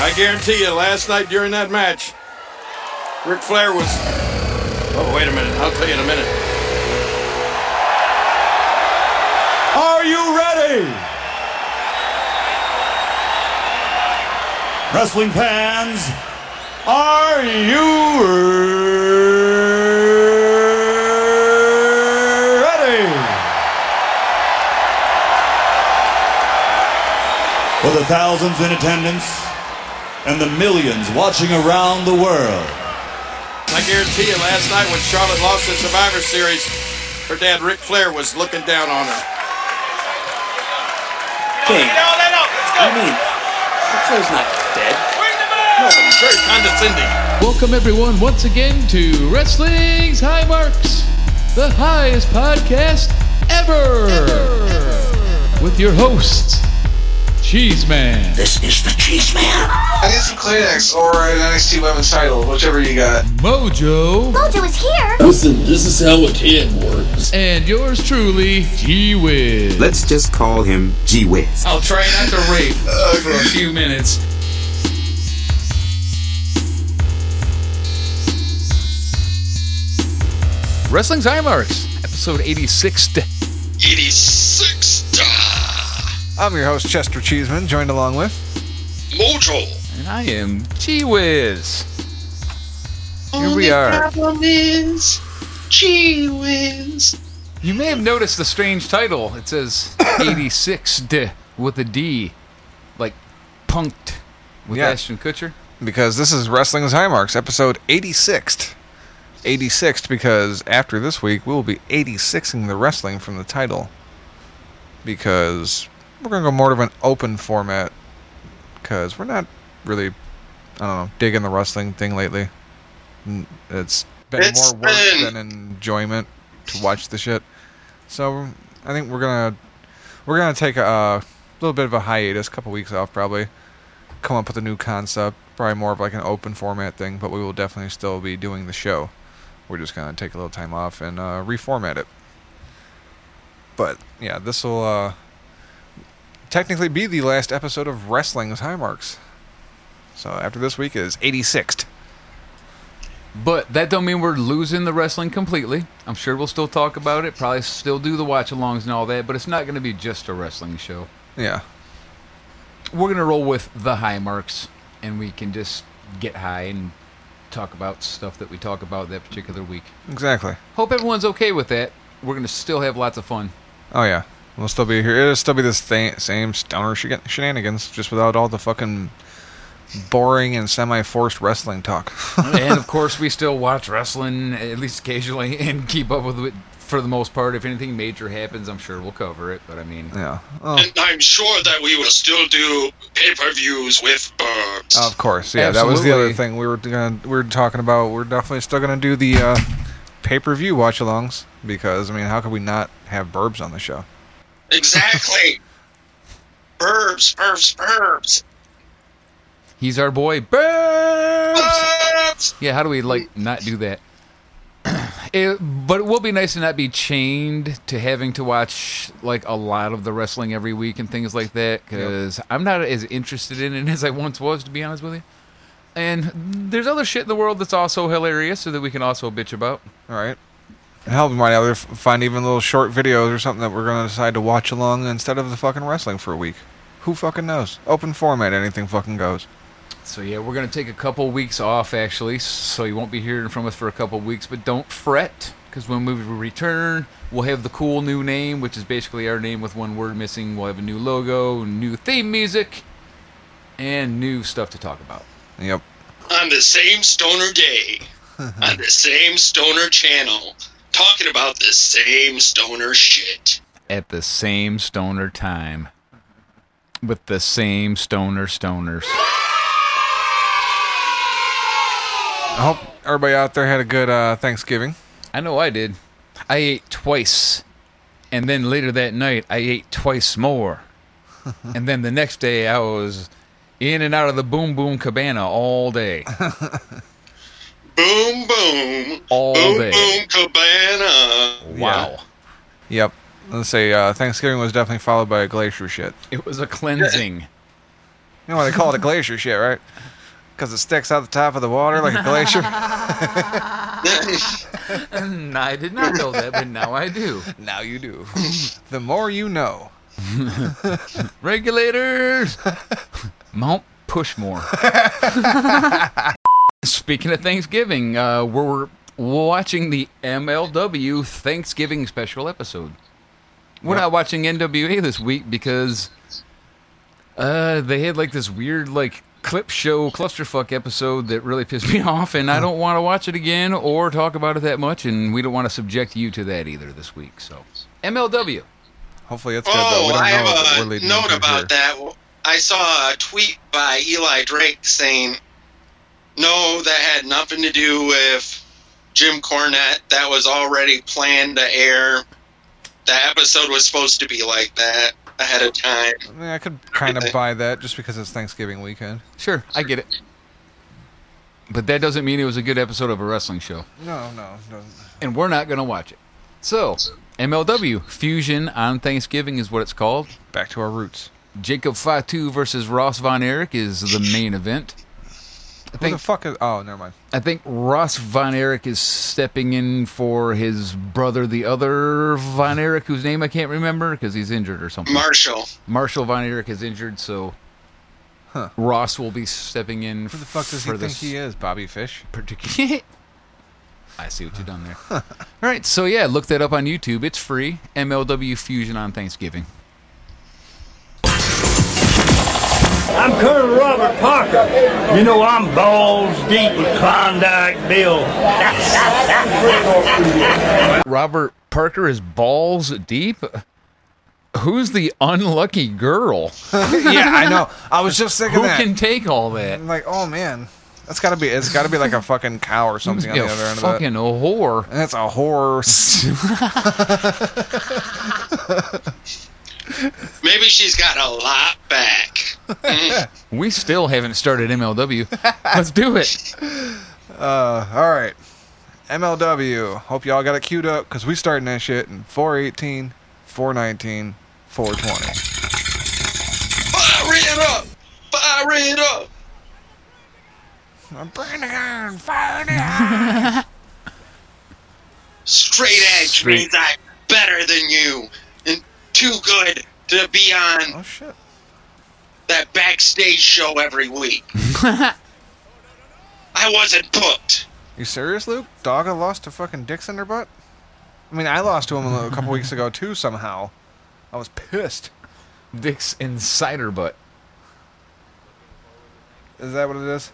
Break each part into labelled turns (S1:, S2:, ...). S1: I guarantee you, last night during that match, Ric Flair was. Oh, wait a minute. I'll tell you in a minute.
S2: Are you ready? Wrestling fans, are you ready? For the thousands in attendance and the millions watching around the world,
S1: I guarantee you, last night when Charlotte lost the Survivor Series, her dad Ric Flair was looking down on her.
S3: King.
S4: Get all that up. Let's go.
S3: I mean, Ric Flair's not dead.
S4: Ring the bell.
S1: Very condescending.
S5: Welcome, everyone, once again to Wrestling's High Marks, the highest podcast ever. With your hosts, Cheese Man.
S6: This is the Cheese Man.
S7: I need some Kleenex or an NXT Women's title, whichever you got.
S5: Mojo,
S8: Mojo is here.
S9: Listen, this is how a can works.
S5: and yours truly, G Wiz.
S10: Let's just call him G Wiz.
S5: I'll try not to rape for a few minutes. Wrestling's High Marks, episode 86.
S6: 86 da.
S7: I'm your host, Chester Cheeseman, joined along with.
S6: Mojo.
S5: And I am G Wiz. Here we are.
S6: Problem is, G wins.
S5: You may have noticed the strange title. It says 86 d with a D, like punked with
S7: Yeah.
S5: Ashton Kutcher.
S7: Because this is Wrestling's High Marks, episode 86th. 86th, because after this week, we'll be 86ing the wrestling from the title. Because we're going to go more of an open format. Because we're not really, I don't know, digging the wrestling thing lately. N- It's been
S6: It's
S7: more work
S6: been-
S7: than enjoyment to watch the shit. So I think we're going to we're gonna take a, uh little bit of a hiatus, couple weeks off probably. Come up with a new concept, probably more of like an open format thing, but we will definitely still be doing the show. We're just gonna take a little time off and uh, reformat it. But yeah, this will uh, technically be the last episode of Wrestling's High Marks. So after this week is 86th.
S5: But that don't mean we're losing the wrestling completely. I'm sure we'll still talk about it. Probably still do the watch-alongs and all that. But it's not going to be just a wrestling show.
S7: Yeah,
S5: We're going to roll with the high marks, and we can just get high and talk about stuff that we talk about that particular week.
S7: exactly.
S5: Hope everyone's okay with that. We're going to still have lots of fun.
S7: Oh yeah, we'll still be here. It'll still be this th- same stoner sh- shenanigans, just without all the fucking boring and semi-forced wrestling talk.
S5: and of course, we still watch wrestling at least occasionally and keep up with it for the most part. If anything major happens, I'm sure we'll cover it. But I mean,
S7: yeah. Oh,
S6: And I'm sure that we will still do pay-per-views with Burbs.
S7: of course. Yeah, that was the
S5: Absolutely.
S7: other thing we were gonna, we were talking about. We're definitely still gonna do the uh, pay-per-view watch-alongs because I mean, how could we not have burbs on the show?
S6: exactly. Burbs, burbs, burbs.
S5: he's our boy, Burbs.
S6: Burbs.
S5: Yeah, how do we like not do that? it, but it will be nice to not be chained to having to watch like a lot of the wrestling every week and things like that because I'm not as interested in it as I once was, to be honest with you. And there's other shit in the world that's also hilarious, so that we can also bitch about.
S7: All right. And Hell, we might either f- find even little short videos or something that we're gonna decide to watch along instead of the fucking wrestling for a week. Who fucking knows? Open format, anything fucking goes.
S5: So yeah, we're gonna take a couple weeks off actually, so you won't be hearing from us for a couple weeks. But don't fret, because when we return, we'll have the cool new name, which is basically our name with one word missing. We'll have a new logo, new theme music, and new stuff to talk about.
S7: Yep.
S6: On the same stoner day, on the same stoner channel, talking about the same stoner shit.
S5: At the same stoner time, with the same stoner stoners.
S7: I hope everybody out there had a good uh, Thanksgiving.
S5: I know I did. I ate twice. And then later that night, I ate twice more. and then the next day, I was in and out of the Boom Boom Cabana all day.
S6: Boom, boom.
S5: All
S6: boom,
S5: day.
S6: boom, cabana.
S5: Wow.
S7: Yep. Let's say uh, Thanksgiving was definitely followed by a glacier shit.
S5: It was a cleansing.
S7: know why they call it a glacier shit, right? Because it sticks out the top of the water like a glacier.
S5: I did not know that, but now I do.
S7: now you do. the more you know.
S5: Regulators! Mount Pushmore. Speaking of Thanksgiving, uh, we're watching the MLW Thanksgiving special episode. We're not watching NWA this week because uh, they had like this weird like clip show clusterfuck episode that really pissed me off, and I don't want to watch it again or talk about it that much, and we don't want to subject you to that either this week. So MLW.
S7: Hopefully it's good though. We
S6: Oh,
S7: don't
S6: I
S7: know what
S6: have
S7: we're
S6: a
S7: leading
S6: note
S7: into
S6: about
S7: here.
S6: that. I saw a tweet by Eli Drake saying, "No, that had nothing to do with Jim Cornette. That was already planned to air. The episode was supposed to be like that ahead of time."
S7: Yeah, I could kind of buy that just because it's Thanksgiving weekend.
S5: Sure, I get it. But that doesn't mean it was a good episode of a wrestling show.
S7: No, no, doesn't.
S5: And we're not going to watch it. So, MLW Fusion on Thanksgiving is what it's called.
S7: Back to our roots.
S5: Jacob Fatu versus Ross Von Erich is the main event. I
S7: Who the
S5: think,
S7: fuck is? Oh, never mind.
S5: I think Ross Von Erich is stepping in for his brother, the other Von Erich, whose name I can't remember because he's injured or something.
S6: Marshall,
S5: Marshall Von Erich is injured, so
S7: Huh.
S5: Ross will be stepping in
S7: Who the fuck does he
S5: for
S7: think
S5: this
S7: he is? Bobby Fish.
S5: particular. I see what you've done there. All right, so yeah, look that up on YouTube. It's free. MLW Fusion on Thanksgiving.
S4: I'm Colonel Robert Parker. You know I'm balls deep with Klondike Bill.
S5: Robert Parker is balls deep. Who's the unlucky girl
S7: yeah, I know. I was just thinking
S5: who
S7: that.
S5: can take all that?
S7: I'm like, oh man, that's gotta be. It's gotta be like a fucking cow or something on
S5: You
S7: the other end of that.
S5: fucking whore.
S7: That's a horse.
S6: maybe she's got a lot back.
S5: We still haven't started MLW. Let's do it.
S7: All right. MLW. Hope y'all got it queued up because we starting that shit in 418, 419, 420.
S6: Fire it up! Fire it up!
S7: I'm burning iron, fire it out.
S6: Straight edge means I'm better than you, and too good to be on
S7: Oh shit.
S6: that backstage show every week. I wasn't booked.
S7: You serious, Luke? Dogga lost to fucking dicks in her butt? I mean, I lost to him a couple weeks ago too. Somehow, I was pissed.
S5: Dick's insider butt.
S7: Is that what it is?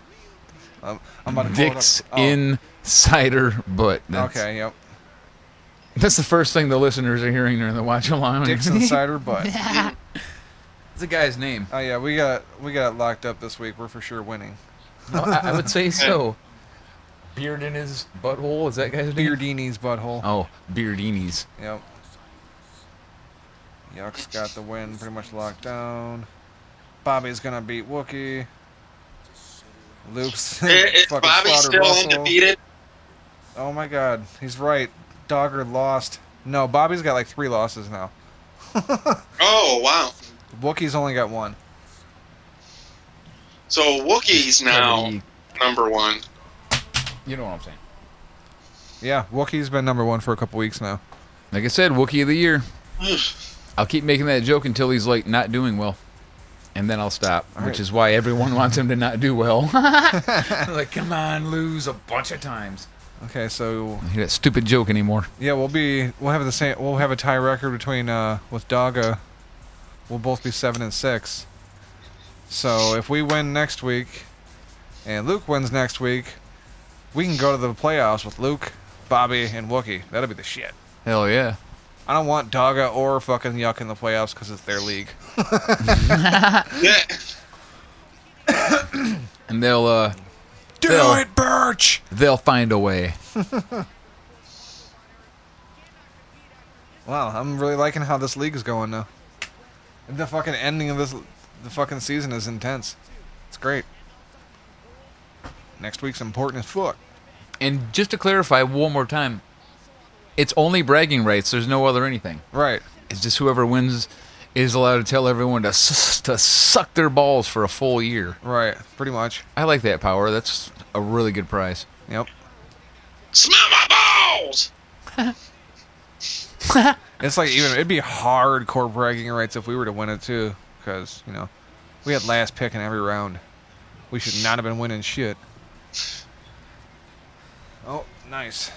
S7: Um, I'm about to pull it up.
S5: Dick's
S7: Oh,
S5: insider butt. That's,
S7: Okay, yep.
S5: That's the first thing the listeners are hearing during the watch along.
S7: Dick's inside her butt.
S5: It's a guy's name.
S7: Oh yeah, we got we got it locked up this week. We're for sure winning.
S5: Well, I, I would say so. Beard in his butthole. Is that guy's name?
S7: Beardini's butthole.
S5: Oh, Beardinis.
S7: Yep. Yuck's got the win pretty much locked down. Bobby's gonna beat Wookie. Luke's
S6: Is
S7: fucking slaughtered
S6: Bobby Eh, still
S7: Russell.
S6: undefeated?
S7: Oh my god, he's right. Dogger lost. No, Bobby's got like three losses now.
S6: Oh wow!
S7: Wookie's only got one.
S6: So Wookiee's now
S5: pretty-
S6: number one.
S5: You know what I'm saying.
S7: Yeah, Wookie's been number one for a couple weeks now.
S5: Like I said, Wookiee of the Year. I'll keep making that joke until he's like not doing well. And then I'll stop, which
S7: right.
S5: is why everyone wants him to not do well. like, come on, lose a bunch of times.
S7: Okay, so
S5: I hear that stupid joke anymore.
S7: yeah, we'll be we'll have the same we'll have a tie record between uh with Dogger. We'll both be seven and six. So if we win next week, and Luke wins next week, we can go to the playoffs with Luke, Bobby, and Wookie. That'll be the shit.
S5: Hell yeah.
S7: I don't want Dogger or fucking Yuck in the playoffs because it's their league.
S6: Yeah.
S5: And they'll uh
S7: Do
S5: Phil.
S7: it, Birch.
S5: they'll find a way.
S7: Wow, I'm really liking how this league is going now. The fucking ending of this, the fucking season is intense. It's great. Next week's important as fuck.
S5: And just to clarify one more time, it's only bragging rights. There's no other anything.
S7: Right.
S5: It's just whoever wins is allowed to tell everyone to s- to suck their balls for a full year.
S7: Right, pretty much.
S5: I like that power. That's a really good price.
S7: Yep.
S6: Smell my balls!
S7: It's like even it'd be hardcore bragging rights if we were to win it too, because you know we had last pick in every round. We should not have been winning shit. Oh, nice.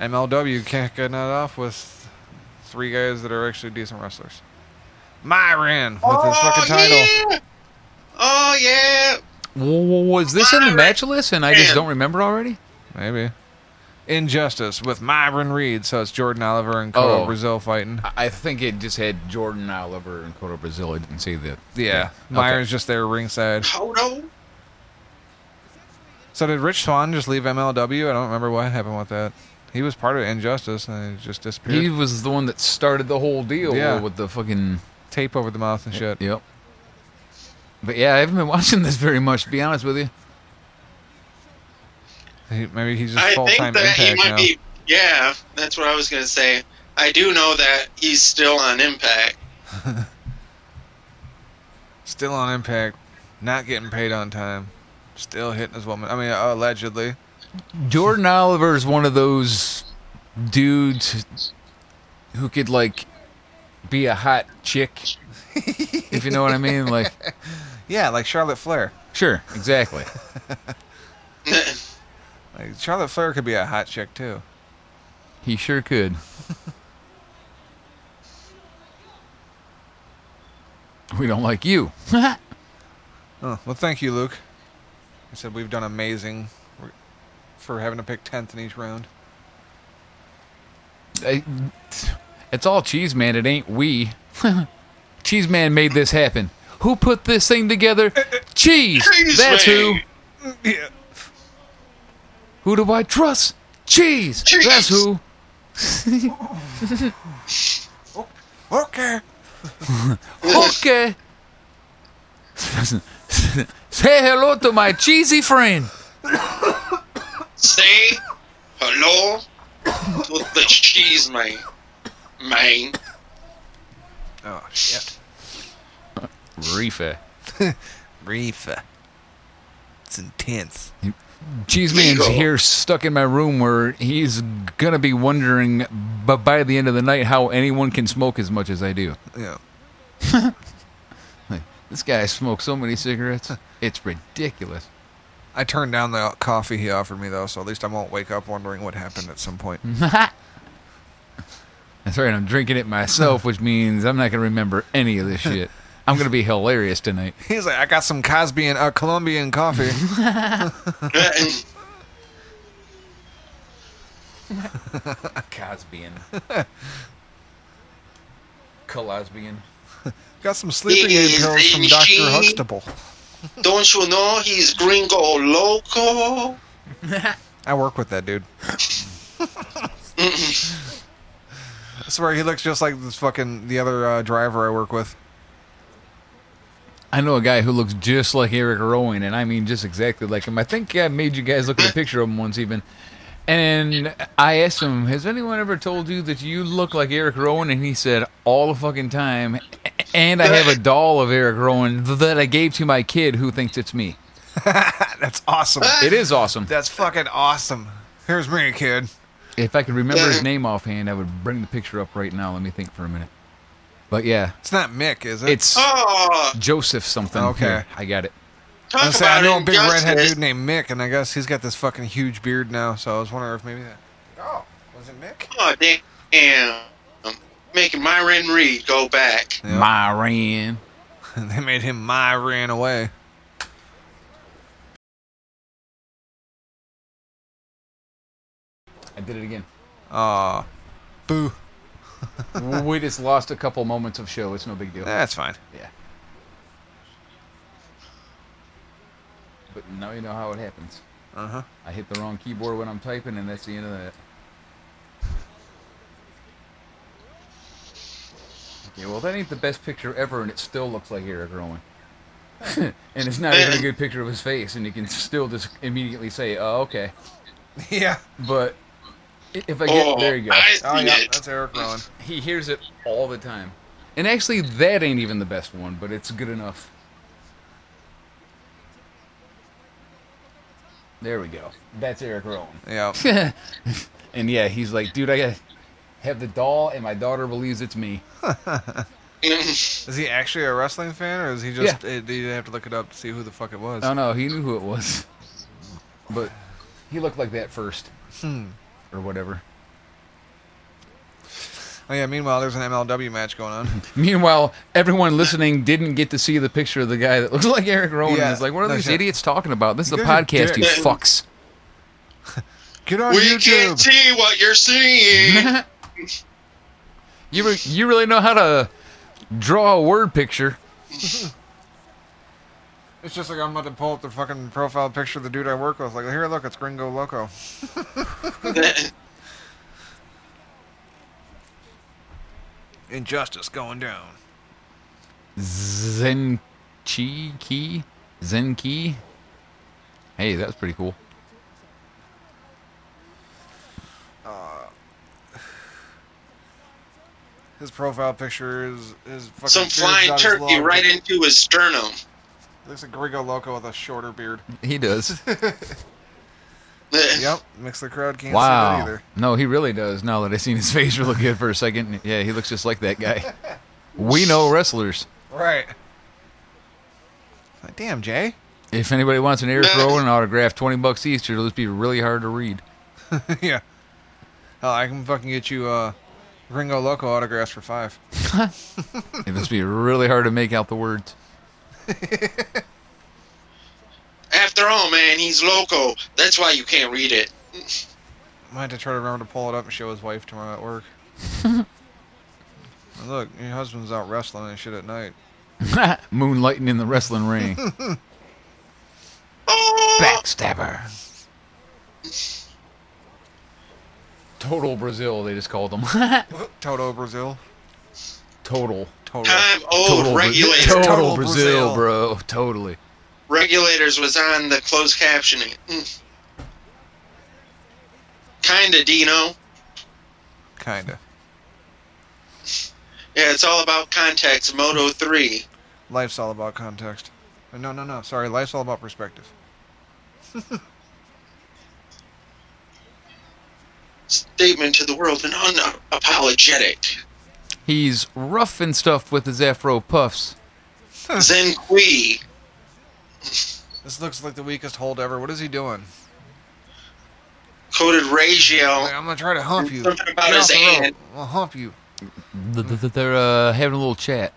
S7: MLW can't get that off with three guys that are actually decent wrestlers. Myron with his fucking
S6: Oh,
S7: title.
S6: Yeah. Oh, yeah.
S5: W- w- Was this in the match list and I just don't remember already?
S7: Maybe. Injustice with Myron Reed, so it's Jordan Oliver and Cotto
S5: Oh.
S7: Brazil fighting.
S5: I- I think it just had Jordan Oliver and Cotto Brazil. I didn't see the
S7: Yeah,
S5: Okay.
S7: Myron's just there ringside.
S6: Toto?
S7: So did Rich Swan just leave MLW? I don't remember what happened with that. He was part of Injustice and he just disappeared.
S5: He was the one that started the whole deal
S7: Yeah.
S5: with the fucking
S7: Tape over the mouth and shit.
S5: yep. But yeah, I haven't been watching this very much. To be honest with you,
S7: He, maybe he's just
S6: I
S7: full
S6: think
S7: time
S6: that he
S7: Impact
S6: might
S7: now.
S6: be. Yeah, that's what I was going to say. I do know that he's still on Impact.
S7: Still on Impact, not getting paid on time, still hitting his woman. I mean, allegedly.
S5: Jordan Oliver is one of those dudes who could like be a hot chick, if you know what I mean. Like,
S7: Yeah, like Charlotte Flair.
S5: sure, exactly.
S7: Like Charlotte Flair could be a hot chick too.
S5: He sure could. we don't like you.
S7: Oh, well, thank you, Luke. He said we've done amazing We're- for having to pick tenth in each round.
S5: I- It's all Cheese Man. It ain't we. Cheese Man made this happen. Who put this thing together? Cheese.
S6: Uh, Cheese
S5: That's who.
S6: Man.
S7: Yeah.
S5: Who do I trust? Cheese.
S6: Cheese.
S5: That's who.
S7: Okay.
S5: Okay. Say hello to my cheesy friend.
S6: Say hello to the cheese man. Man.
S7: Oh shit.
S5: Reefa.
S7: Reef. It's intense.
S5: Cheese Man's
S6: Legal.
S5: here stuck in my room where he's going to be wondering but by the end of the night how anyone can smoke as much as I do.
S7: Yeah.
S5: This guy smokes so many cigarettes. It's ridiculous.
S7: I turned down the coffee he offered me though, so at least I won't wake up wondering what happened at some point.
S5: That's right. I'm drinking it myself, which means I'm not going to remember any of this shit. I'm going to be hilarious tonight.
S7: He's like, I got some Cosby and uh, Colombian coffee.
S5: Cosbian. Colosbian.
S7: got some sleeping aid pills from Doctor Huxtable.
S6: Don't you know he's gringo loco?
S7: I work with that dude. I swear he looks just like this fucking the other uh, driver I work with.
S5: I know a guy who looks just like Eric Rowan, and I mean just exactly like him. I think I made you guys look at a picture of him once, even. And I asked him, "Has anyone ever told you that you look like Eric Rowan?" And he said, "All the fucking time." And I have a doll of Eric Rowan that I gave to my kid, who thinks it's me.
S7: That's awesome.
S5: It is awesome.
S7: That's fucking awesome. Here's me, kid.
S5: If I could remember his name offhand, I would bring the picture up right now. Let me think for a minute. But yeah,
S7: It's not Mick, is it?
S5: it's
S6: Oh,
S5: Joseph something.
S7: Okay.
S5: Here, I got it.
S6: talk
S7: I, was saying, I
S6: about
S7: know a big
S6: injustice.
S7: redhead dude named Mick, and I guess he's got this fucking huge beard now. So I was wondering if maybe that. Oh, was it Mick?
S6: Oh, damn. Making Myron Reed go back.
S7: Yeah.
S5: Myran.
S7: they made him my ran away.
S5: I did it again.
S7: Aw, boo.
S5: we just lost a couple moments of show. It's no big deal.
S7: That's fine.
S5: But now you know how it happens.
S7: Uh huh.
S5: I hit the wrong keyboard when I'm typing, and that's the end of that. Okay, well, that ain't the best picture ever, and it still looks like Eric Rowan. and it's not even a good picture of his face, and you can still just immediately say, oh, okay.
S7: Yeah.
S5: But If I get
S6: Oh,
S5: there, you go.
S6: I seen
S7: Oh yeah,
S6: it.
S7: that's Eric Rowan.
S5: He hears it all the time. And actually, that ain't even the best one, but it's good enough. There we go. That's Eric Rowan.
S7: Yeah.
S5: And yeah, he's like, dude, I gotta have the doll, and my daughter believes it's me.
S7: Is he actually a wrestling fan, or is he just? Yeah. you have to look it up to see who the fuck it was.
S5: Oh no, he knew who it was. But he looked like that first.
S7: Hmm.
S5: Or whatever.
S7: Oh yeah. Meanwhile, there's an MLW match going on.
S5: Meanwhile, everyone listening didn't get to see the picture of the guy that looks like Eric Rowan.
S7: Yeah,
S5: Yeah, it's like, what are
S7: no
S5: these
S7: shit.
S5: idiots talking about? This is
S7: You
S5: a
S7: guys are
S5: podcast, you
S6: dicks.
S5: fucks.
S7: Get on
S6: we can't
S7: YouTube.
S6: see what you're seeing.
S5: You re- you really know how to draw a word picture.
S7: it's just like I'm about to pull up the fucking profile picture of the dude I work with. Like, here, look, it's Gringo Loco. Injustice going down.
S5: Zenchi key, Zenki. Hey, that's pretty cool.
S7: His profile picture is his fucking.
S6: Some
S7: beard's
S6: flying
S7: out his
S6: turkey
S7: lung.
S6: right into his sternum.
S7: Looks like Gringo Loco with a shorter beard.
S5: He does.
S7: Yep, makes the crowd can't see that
S5: wow.
S7: either.
S5: No, he really does. Now that I seen his face really good for a second, yeah, he looks just like that guy. We know wrestlers.
S7: Right. Like, Damn, Jay.
S5: If anybody wants an Eric
S6: No.
S5: Rowan autograph, twenty bucks each, it'll just be really hard to read.
S7: yeah. Hell, I can fucking get you uh, Gringo Loco autographs for five.
S5: It'll just be really hard to make out the words.
S6: After all, man, he's loco. That's why you can't read it.
S7: I might have to try to remember to pull it up and show his wife tomorrow at work. Look, your husband's out wrestling and shit at night.
S5: Moonlighting in the wrestling ring.
S6: Oh,
S5: Backstabber. Total Brazil, they just called them.
S7: Toto Brazil.
S5: Total.
S7: Total.
S6: time old
S5: Total,
S6: regulators.
S5: Bra- total,
S7: Total
S5: Brazil,
S7: Brazil.
S5: bro. Totally.
S6: regulators was on the closed captioning. Mm. Kinda, Dino.
S7: Kinda.
S6: Yeah, it's all about context. Moto three.
S7: Life's all about context. Uh, No, no, no. Sorry, life's all about perspective.
S6: Statement to the world and unapologetic.
S5: He's rough and stuff with his afro puffs.
S6: Zen Kui.
S7: This looks like the weakest hold ever. What is he doing?
S6: Coded Regio.
S7: Like, I'm gonna try to hump you.
S6: Something about
S7: Get
S6: his
S7: off the rope.
S6: hand.
S7: I'll hump you.
S5: Th- th- th- They're uh, having a little chat.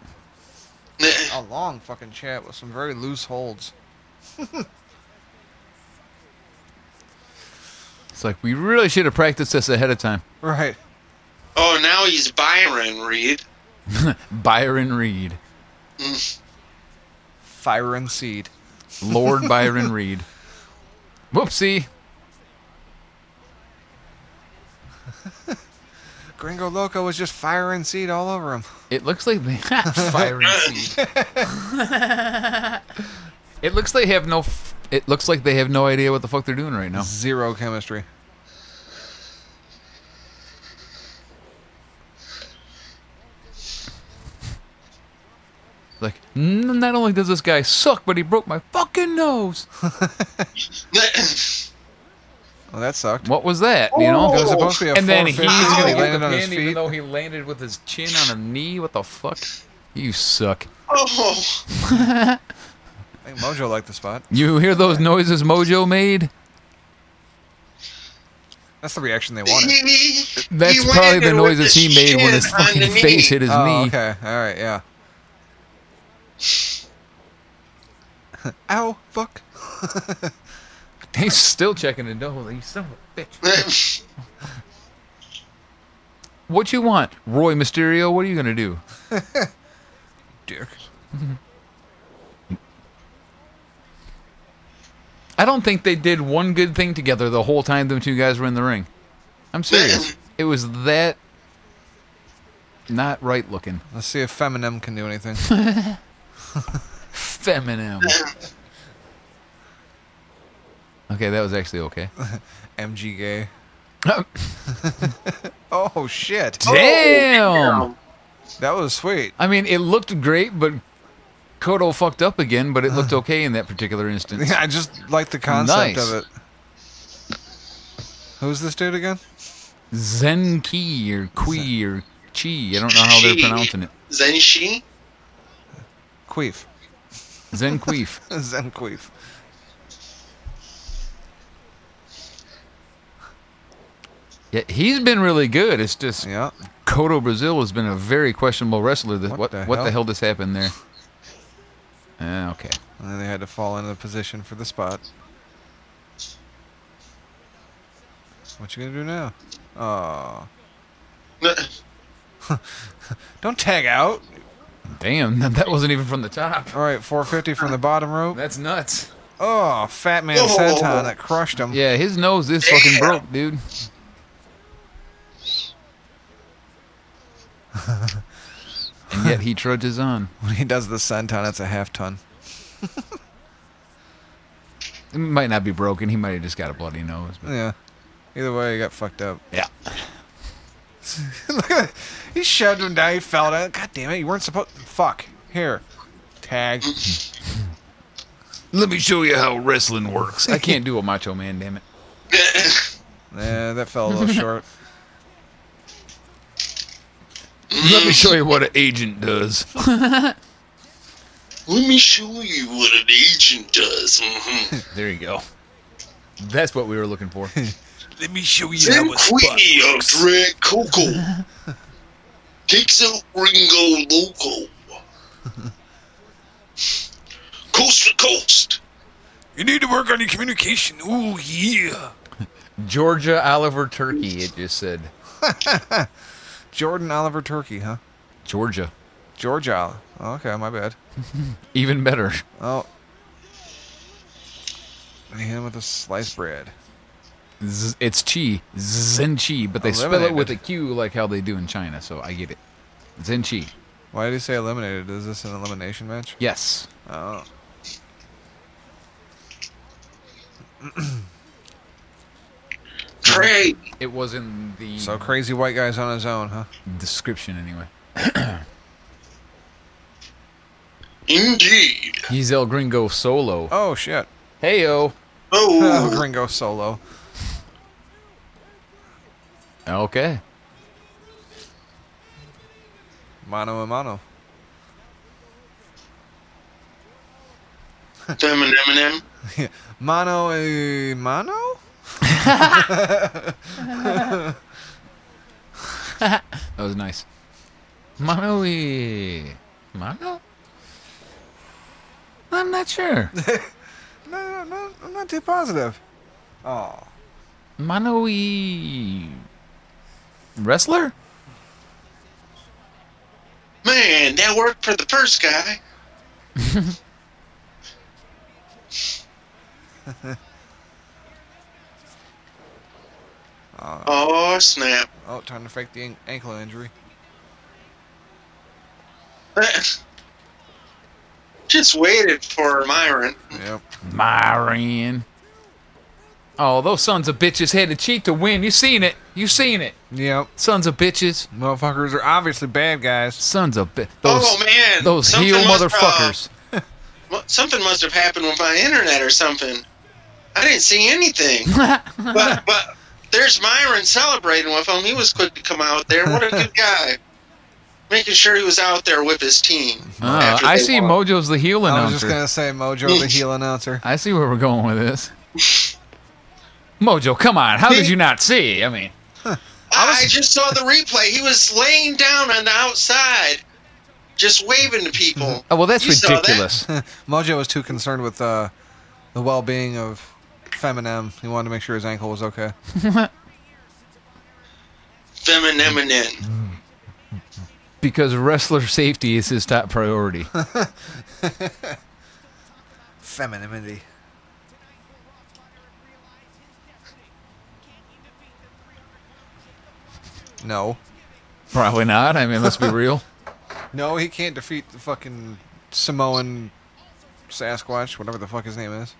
S6: Eh,
S7: A long fucking chat with some very loose holds.
S5: It's like, we really should have practiced this ahead of time.
S7: Right.
S6: Oh, now he's Byron Reed.
S5: Byron Reed.
S7: Fire and seed.
S5: Lord Byron Reed. Whoopsie.
S7: Gringo Loco was just fire and seed all over him.
S5: It looks like they firing seed. it looks they have no. F- it looks like they have no idea what the fuck they're doing right now.
S7: Zero chemistry.
S5: Like, "N- not only does this guy suck, but he broke my fucking nose.
S7: Well, that sucked.
S5: What was that? You know,
S7: It was supposed to be a
S5: and then he's
S7: 450,
S5: gonna
S7: he
S5: get
S7: landed
S5: the
S7: on his
S5: pin, even
S7: feet.
S5: though he landed with his chin on a knee. What the fuck? You suck.
S6: Oh,
S7: I think Mojo liked the spot.
S5: You hear those noises Mojo made?
S7: That's the reaction they
S6: he,
S7: wanted.
S5: That's
S6: he
S5: probably the
S6: landed with
S5: noises he made when
S6: shin
S5: his
S6: on
S5: fucking
S6: the knee.
S5: face hit his
S7: Oh,
S5: knee.
S7: okay. All right. Yeah. Ow! Fuck!
S5: He's still checking the door. You son of a bitch. What you want, Roy Mysterio? What are you gonna do?
S7: Dick.
S5: I don't think they did one good thing together the whole time them two guys were in the ring. I'm serious. it was that not right looking.
S7: Let's see if Feminem can do anything.
S5: Feminine. Okay, that was actually okay.
S7: MG gay. Oh shit!
S5: Damn.
S7: That was sweet.
S5: I mean, it looked great, but Kodo fucked up again. But it looked okay in that particular instance.
S7: I just like the concept
S5: Nice.
S7: of it. Who's this dude again?
S5: Zenki or Kui or Chi. I don't know how they're
S6: Chi.
S5: pronouncing it.
S6: Zenshi?
S7: Queef.
S5: Zenqueef.
S7: Zen Queef.
S5: Yeah, he's been really good. It's just
S7: Yeah.
S5: Kodo Brazil has been a very questionable wrestler. What, what, the, what hell? the hell just happened there? Ah, okay.
S7: And then they had to fall into position for the spot. What you gonna do now? Oh. Don't tag out.
S5: Damn, that wasn't even from the top.
S7: All right, 450 from the bottom rope.
S5: That's nuts.
S7: Oh, Fat Man Senton that crushed him.
S5: Yeah, his nose is fucking broke, dude. and yet he trudges on.
S7: When he does the Senton, it's a half ton.
S5: It might not be broken. He might have just got a bloody nose. But
S7: Yeah. Either way, he got fucked up.
S5: yeah.
S7: Look at that. He shoved him down. He fell down. God damn it! You weren't supposed. Fuck. Here. Tag.
S5: Let me show you how wrestling works. I can't do a Macho Man, damn it.
S7: Yeah, that fell a little short.
S5: Let me show you what an agent does.
S6: Let me show you what an agent does. Mm-hmm.
S5: There you go. That's what we were looking for.
S7: Let me show you
S6: Tim Queenie of Dread Coco takes out Ringo Loco. coast to coast.
S7: You need to work on your communication. Ooh yeah.
S5: Georgia Oliver Turkey, it just said.
S7: Jordan Oliver Turkey, huh?
S5: Georgia.
S7: Georgia. Oli- Oh, okay, my bad.
S5: Even better.
S7: Oh. And Hit him with a sliced bread.
S5: Z- it's chi, zenchi,
S7: Oh,
S5: but they spell it
S7: Eliminated.
S5: with a Q like how they do in China, so I get it. Zenchi.
S7: Why did he say eliminated? Is this an elimination match?
S5: Yes.
S7: Oh.
S6: Trey.
S5: It was in the
S7: So crazy white guy's on his own, huh?
S5: description anyway.
S6: Indeed.
S5: He's El Gringo solo.
S7: Oh shit.
S5: Heyo.
S7: Oh,
S6: Oh,
S7: Gringo solo.
S5: Okay.
S7: Mano a mano.
S6: Eminem, Eminem.
S7: Mano a mano?
S5: That was nice. Mano e Mano? I'm not sure.
S7: No, no, no, I'm not too positive. Oh,
S5: Mano e wrestler?
S6: Man, that worked for the first guy. oh, snap.
S7: oh, trying to fake the an- ankle injury.
S6: Just waited for Myron.
S7: Yep.
S5: Myron. Oh, those sons of bitches had to cheat to win. You seen it. You seen it.
S7: Yep.
S5: Sons of bitches.
S7: Motherfuckers are obviously bad guys.
S5: Sons of bitches. Those,
S6: Oh, man.
S5: Those
S6: Something
S5: heel
S6: must- uh,
S5: motherfuckers.
S6: mu- something must have happened with my internet or something. I didn't see anything. but but there's Myron celebrating with him. He was quick to come out there. What a good guy. Making sure he was out there with his team.
S5: Ah,
S6: after
S5: I
S6: they
S5: see
S6: won.
S5: Mojo's the heel
S7: I
S5: announcer.
S7: was just gonna say Mojo the heel announcer.
S5: I see where we're going with this. Mojo, come on. How did you not see? I mean,
S6: I just saw the replay. He was laying down on the outside, just waving to people.
S5: oh, well, that's
S6: You saw that?
S5: ridiculous.
S7: Mojo was too concerned with uh, the well-being of Feminem. He wanted to make sure his ankle was okay.
S6: Feminine.
S5: because wrestler safety is his top priority.
S7: Femininity. No.
S5: Probably not. I mean, let's be real.
S7: No, he can't defeat the fucking Samoan Sasquatch, whatever the fuck his name is.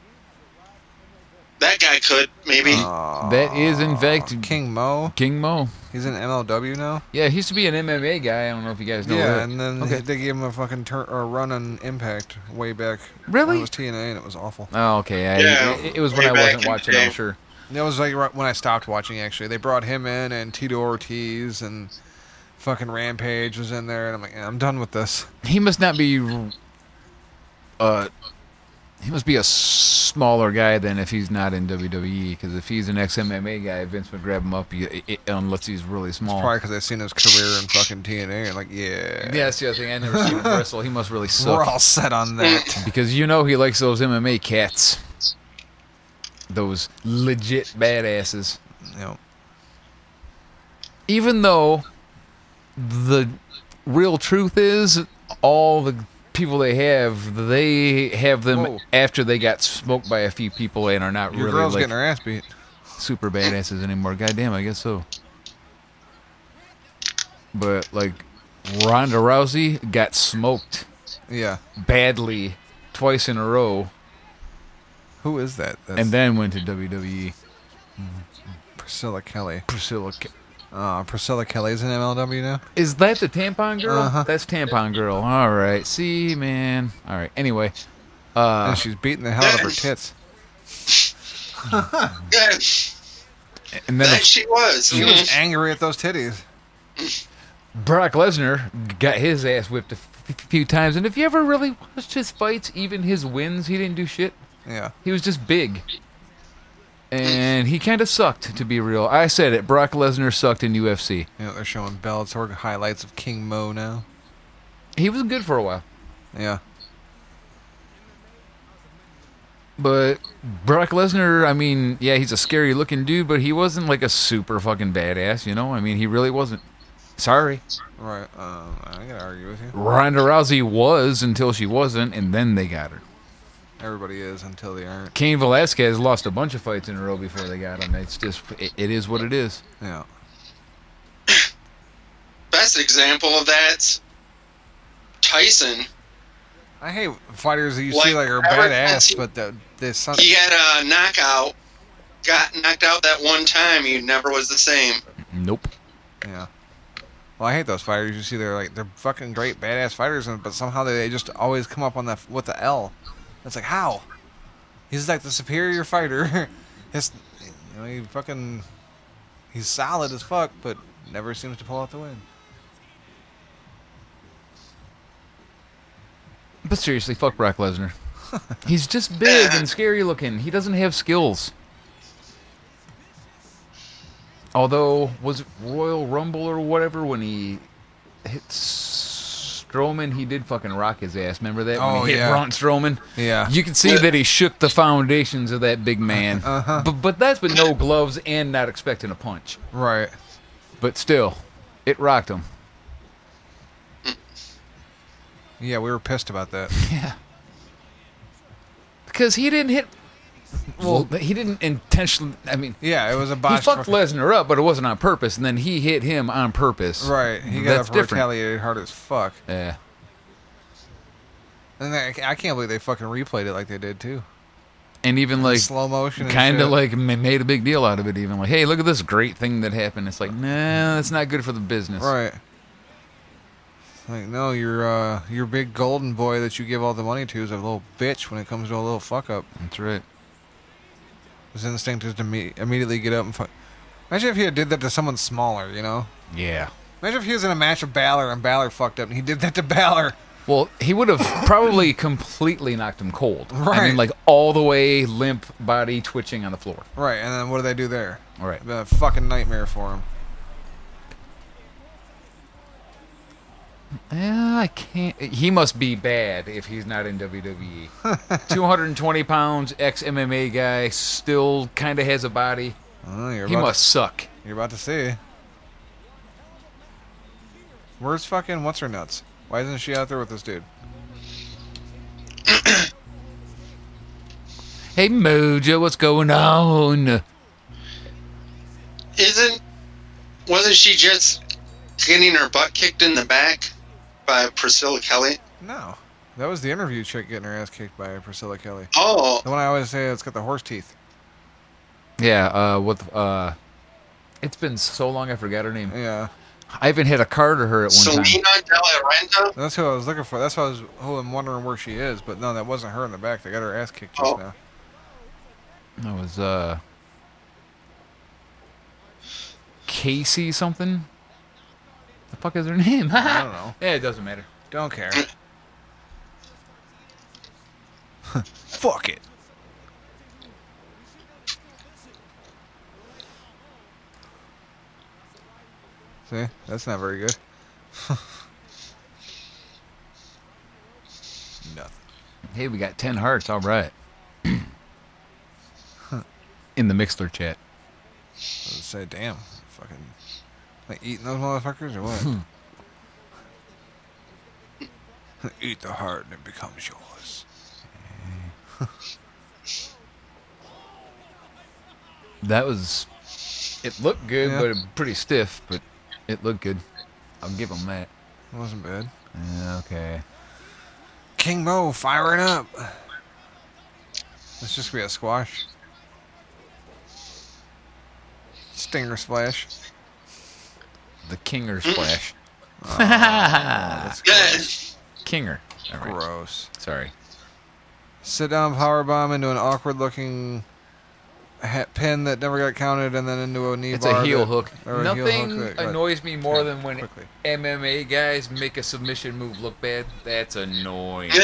S6: That guy could maybe.
S5: Uh. that is in fact
S7: King Mo.
S5: King Mo.
S7: He's in MLW now.
S5: Yeah, he used to be an MMA guy. I don't know if you guys know
S7: yeah,
S5: that.
S7: and then
S5: Okay.
S7: they gave him a fucking tur or run on Impact way back.
S5: Really?
S7: When it was TNA and it was awful.
S5: Oh, okay. I,
S6: Yeah,
S5: it, it was
S6: way
S5: when I
S6: back
S5: wasn't
S6: in the
S5: watching.
S6: day.
S5: I'm sure.
S7: That was like right when I stopped watching. Actually, they brought him in and Tito Ortiz and fucking Rampage was in there, and I'm like, "Yeah, I'm done with this.
S5: He must not be. Uh, he must be a smaller guy than if he's not in WWE. Because if he's an ex MMA guy, Vince would grab him up you- it- it- unless he's really small.
S7: Probably because I've seen his career in fucking TNA, and like, yeah,
S5: yeah, that's the other thing. I never seen him wrestle. He must really
S7: we're
S5: suck
S7: all set on that.
S5: because you know he likes those MMA cats, those legit badasses.
S7: you know,
S5: even though the real truth is all the people they have they have them
S7: Whoa.
S5: after they got smoked by a few people and are not
S7: your
S5: really
S7: girl's
S5: like
S7: getting her ass beat.
S5: super badasses anymore god damn i guess so but like ronda rousey got smoked
S7: Yeah,
S5: badly twice in a row
S7: who is that? That's
S5: and then went to E. wwe
S7: Priscilla Kelly.
S5: priscilla K-
S7: Uh, Priscilla Kelly's in MLW now.
S5: Is that the tampon girl?
S7: Uh-huh.
S5: That's tampon girl. All right. See, man. All right. Anyway, Uh,
S7: and she's beating the hell out of her tits.
S6: Yeah,
S5: and then
S6: that she was.
S7: She was angry at those titties.
S5: Brock Lesnar got his ass whipped a f- few times. And if you ever really watched his fights, even his wins, he didn't do shit.
S7: Yeah.
S5: He was just big. And he kind of sucked, to be real. I said it. Brock Lesnar sucked in UFC.
S7: You know, they're showing Bellator highlights of King Mo now.
S5: He was good for a while.
S7: Yeah.
S5: But Brock Lesnar, I mean, yeah, he's a scary looking dude, but he wasn't like a super fucking badass, you know? I mean, he really wasn't. Sorry.
S7: Right. Um, I gotta argue with you.
S5: Ronda Rousey was until she wasn't, and then they got her.
S7: Everybody is until they aren't.
S5: Cain Velasquez lost a bunch of fights in a row before they got him. It's just, it, it is what it is.
S7: Yeah.
S6: Best example of that's Tyson.
S7: I hate fighters that you
S6: Like,
S7: see like are
S6: ever
S7: badass,
S6: since-
S7: but the, they son-
S6: He had a knockout. Got knocked out that one time. He never was the same.
S5: Nope.
S7: yeah. Well, I hate those fighters. You see, they're like they're fucking great badass fighters, and but somehow they, they just always come up on the with the L. It's like how? He's like the superior fighter. His, you know, he fucking, he's solid as fuck, but never seems to pull out the win.
S5: But seriously, fuck Brock Lesnar. He's just big and scary looking. He doesn't have skills. Although, was it Royal Rumble or whatever when he hit Strowman? He did fucking rock his ass. Remember that?
S7: Oh,
S5: when he hit
S7: yeah.
S5: Braun Strowman?
S7: Yeah.
S5: You can see that he shook the foundations of that big man.
S7: Uh-huh.
S5: But, but that's with no gloves and not expecting a punch.
S7: Right.
S5: But still, it rocked him.
S7: Yeah, we were pissed about that.
S5: Yeah. Because he didn't hit. Well, he didn't intentionally. I mean,
S7: Yeah, it was a
S5: he
S7: botch.
S5: fucked Lesnar up, but it wasn't on purpose, and then he hit him on purpose.
S7: Right. He got
S5: That's
S7: up
S5: different.
S7: retaliated hard as fuck.
S5: Yeah.
S7: And I, I can't believe they fucking replayed it like they did too.
S5: And even like.
S7: Slow motion. and
S5: Kind
S7: shit.
S5: of like ma- made a big deal out of it, even like, hey, look at this great thing that happened. It's like, nah, that's not good for the business.
S7: Right. It's Like no, your uh, your big golden boy that you give all the money to is a little bitch when it comes to a little fuck up.
S5: That's right.
S7: His instinct is to me- immediately get up and fuck. Imagine if he had did that to someone smaller, you know.
S5: Yeah.
S7: Imagine if he was in a match with Balor and Balor fucked up and he did that to Balor.
S5: Well, he would have probably completely knocked him cold. I
S7: Right.
S5: mean, like all the way limp, body twitching on the floor.
S7: Right, and then what do they do there?
S5: All right.
S7: It'd been a fucking nightmare for him.
S5: Yeah, I can't. He must be bad if he's not in E. WWE. 220 pounds, ex MMA guy, still kind of has a body.
S7: Oh, you're
S5: He
S7: about to-
S5: must suck.
S7: You're about to see. Where's fucking what's her nuts? Why isn't she out there with this dude?
S5: Hey, Mojo, what's going on?
S6: Isn't? Wasn't she just getting her butt kicked in the back by Priscilla Kelly?
S7: No, that was the interview chick getting her ass kicked by Priscilla Kelly.
S6: Oh,
S7: The one I always say that's got the horse teeth.
S5: Yeah, uh, with uh, it's been so long I forgot her name.
S7: Yeah,
S5: I even had a card to her at one time.
S6: Selena De La Renta.
S7: that's who I was looking for. That's why I was who I'm wondering where she is. But no, that wasn't her in the back. They got her ass kicked just
S6: Oh.
S7: now.
S5: That was uh, Casey something. The fuck is her name?
S7: I don't know.
S5: Yeah, it doesn't matter.
S7: Don't care. Fuck it. See, that's not very good. Nothing.
S5: Hey, we got ten hearts. All right. In the Mixler chat.
S7: I would say, damn, fucking, like eating those motherfuckers or
S5: Hmm.
S7: what? Eat the heart and it becomes yours.
S5: That was. It looked good,
S7: Yeah.
S5: but it- pretty stiff. But it looked good. I'll give them that.
S7: It wasn't bad.
S5: Yeah, Okay.
S7: King Mo firing up. It's just gonna be a squash. Stinger splash.
S5: The Kinger splash.
S6: Yes.
S5: Kinger. All right.
S7: Gross.
S5: Sorry.
S7: Sit down power bomb into an awkward looking ha- pin that never got counted, and then into a knee
S5: It's
S7: bar
S5: a heel
S7: that-
S5: hook.
S7: or a heel
S5: Nothing
S7: hook that-
S5: annoys me more than when
S7: quickly.
S5: MMA guys make a submission move look bad. That's annoying.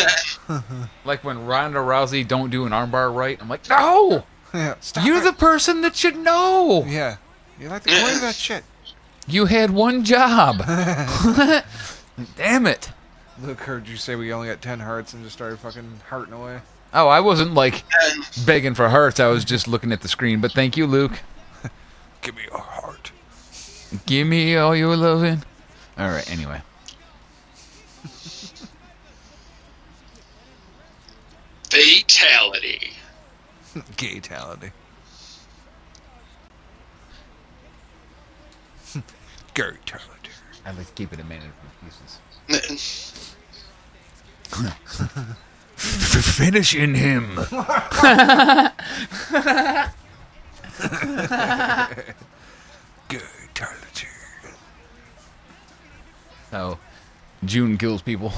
S6: Yeah.
S5: like when Ronda Rousey don't do an armbar right. I'm like, no,
S7: Yeah. Stop
S5: you're
S7: it.
S5: the person that should know.
S7: Yeah. You like to play that shit.
S5: You had one job. Damn it.
S7: Luke heard you say we only got 10 hearts and just started fucking hearting away.
S5: Oh, I wasn't like
S6: And
S5: begging for hearts. I was just looking at the screen. But thank you, Luke.
S7: Give me your heart.
S5: Give me all your loving. All right. Anyway.
S6: fatality.
S7: Gaytality. Gaytality.
S5: I like to keep it a minute for pieces. Finishing him.
S7: Gaytality.
S5: Oh, June kills people.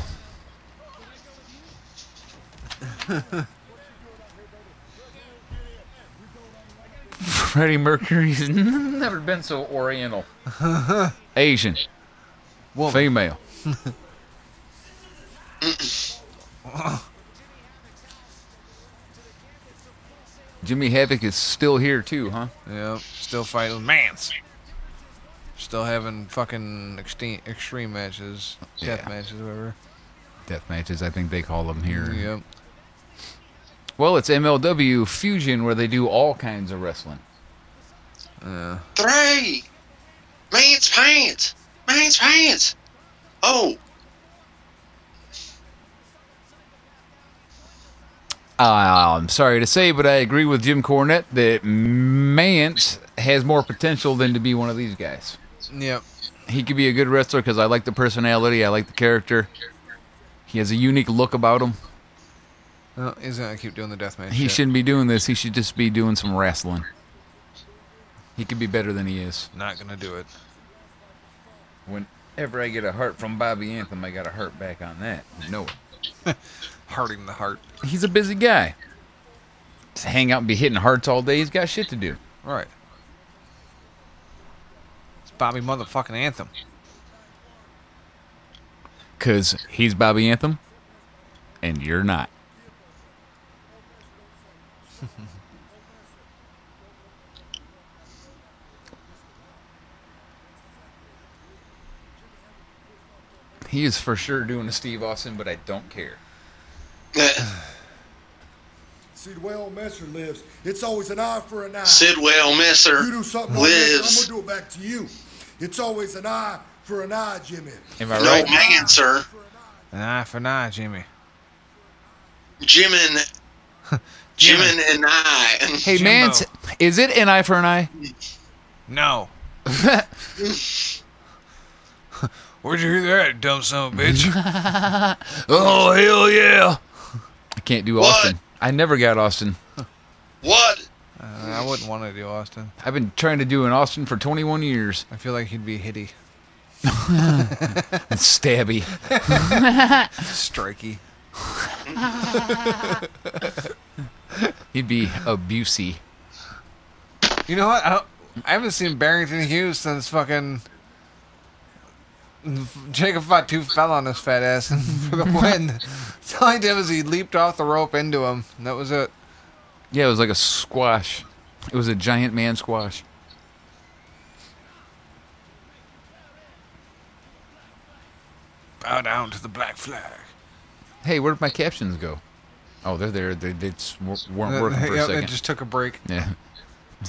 S5: Freddie Mercury's never been so oriental. Asian,
S7: Woman.
S5: female. Jimmy Havoc is still here too, huh?
S7: Yep. Still fighting mans. Still having fucking extreme, extreme matches, death
S5: Yeah.
S7: matches, whatever.
S5: Death matches, I think they call them here.
S7: Yep.
S5: Well, it's MLW Fusion where they do all kinds of wrestling.
S6: Three. Man's pants. Man's pants. Oh,
S5: Uh, I'm sorry to say, but I agree with Jim Cornette that Mance has more potential than to be one of these guys.
S7: Yep.
S5: He could be a good wrestler because I like the personality, I like the character. He has a unique look about him.
S7: Well, he's gonna keep doing the death match.
S5: He
S7: shit.
S5: shouldn't be doing this. He should just be doing some wrestling. He could be better than he is.
S7: Not gonna do it.
S5: Whenever I get a heart from Bobby Anthem, I got a heart back on that. You know it.
S7: Hearting the heart.
S5: He's a busy guy. Just hang out and be hitting hearts all day. He's got shit to do.
S7: Right. It's Bobby motherfucking Anthem.
S5: Because he's Bobby Anthem, and you're not. he is for sure doing a Steve Austin, but I don't care.
S8: See, the way old Messer lives, it's always an eye for an eye.
S6: Sidwell Messer
S8: You do something like this,
S6: lives.
S8: I'm gonna do it back to you. It's always an eye for an eye, Jimmy.
S5: Am I
S6: No
S5: right?
S6: man, sir.
S7: An eye for an eye, Jimmy.
S6: Jimin. Jimin and I.
S5: Hey,
S7: Jimbo.
S5: man, is it an eye for an eye?
S7: No. Where'd you hear that, dumb son of a bitch?
S5: Oh, hell yeah. I can't do Austin. I never got Austin.
S6: What?
S7: I Uh, I wouldn't want to do Austin.
S5: I've been trying to do an Austin for 21 years.
S7: I feel like he'd be hitty,
S5: It's stabby.
S7: strikey.
S5: He'd be abusey.
S7: You know what? I, don't, I haven't seen Barrington Hughes since fucking Jacob Fatu fell on his fat ass and for the win. So all he did was he leaped off the rope into him. And that was it.
S5: Yeah, it was like a squash. It was a giant man squash.
S7: Bow down to the black flag.
S5: Hey, where did my captions go? Oh, they're there. They, they just w- weren't working for a
S7: Yeah, they
S5: second.
S7: Uh, just took a break.
S5: yeah.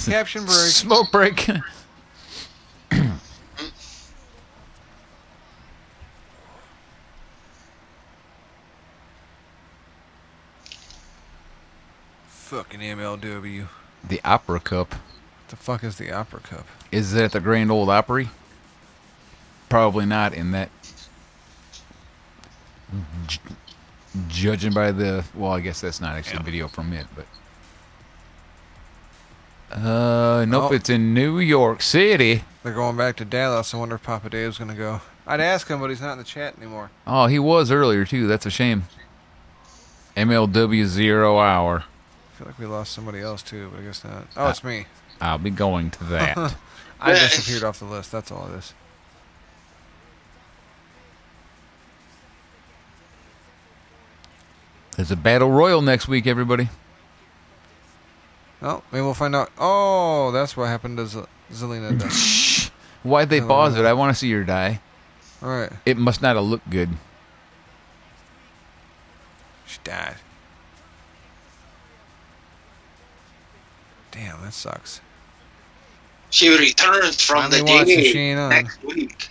S7: Caption break.
S5: Smoke break.
S7: Fucking MLW.
S5: the Opera Cup.
S7: The fuck is the Opera Cup?
S5: Is that the Grand Old Opry? Probably not in that. J- judging by the. Well, I guess that's not actually video from it, but. Uh, nope,
S7: Oh.
S5: it's in New York City.
S7: They're going back to Dallas. I wonder if Papa Dave's gonna go. I'd ask him, but he's not in the chat anymore.
S5: Oh, he was earlier, too. That's a shame. MLW Zero Hour.
S7: I feel like we lost somebody else too, but I guess not. Oh, it's me.
S5: I'll be going to that.
S7: I disappeared off the list. That's all it is.
S5: There's a battle royal next week, everybody.
S7: Well, maybe we'll find out. Oh, that's what happened to Z- Zelina. died.
S5: Why'd they
S7: don't
S5: pause
S7: know.
S5: it? I want to see her die.
S7: all right,
S5: It must not have looked good.
S7: she died. Damn, that sucks.
S6: She returns from
S7: Finally
S6: the
S7: watched
S6: dead
S7: the Sheen on.
S6: next week.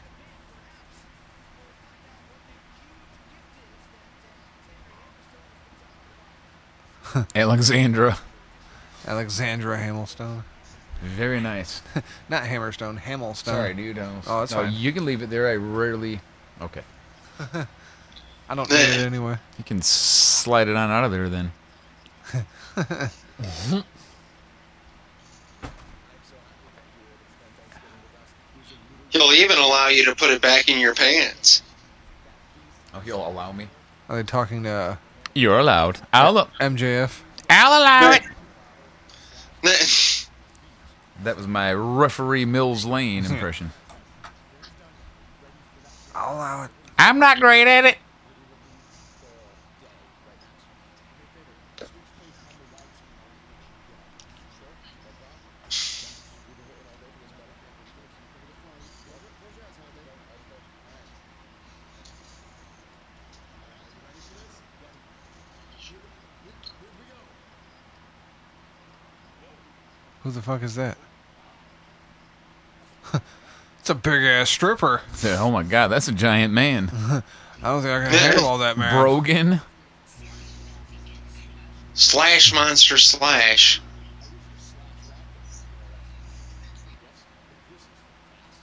S5: Alexandra.
S7: Alexandra Hamilstone,
S5: Very nice.
S7: not Hammerstone, Hamilstone.
S5: Sorry, dude. I was-
S7: Oh, that's
S5: no,
S7: fine.
S5: You can leave it there. I rarely. Okay.
S7: I don't need it anyway.
S5: You can slide it on out of there then.
S6: He'll even allow you to put it back in your pants.
S5: Oh, he'll allow me.
S7: Are they talking to uh,
S5: You're allowed. I'll,
S7: MJF?
S5: I'll allow it.
S6: That-
S5: That was my referee Mills Lane impression.
S7: I'll allow it.
S5: I'm not great at it.
S7: Who the fuck is that? it's a big ass stripper.
S5: Oh my god, that's a giant man.
S7: I don't think I can handle all that, man.
S5: Brogan.
S6: slash monster slash.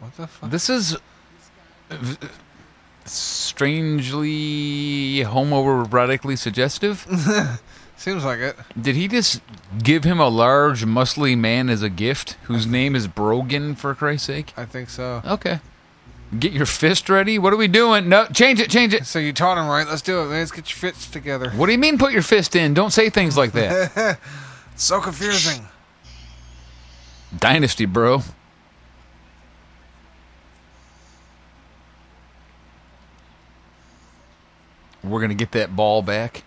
S7: What the fuck?
S5: This is v- strangely homoerotically suggestive.
S7: Seems like it.
S5: Did he just give him a large, muscly man as a gift whose name is Brogan, for Christ's sake?
S7: I think so.
S5: Okay. Get your fist ready. What are we doing? No, change it, change it.
S7: So you taught him right. Let's do it, man. Let's get your fits together.
S5: What do you mean put your fist in? Don't say things like that.
S7: It's so confusing.
S5: Dynasty, bro. We're going to get that ball back.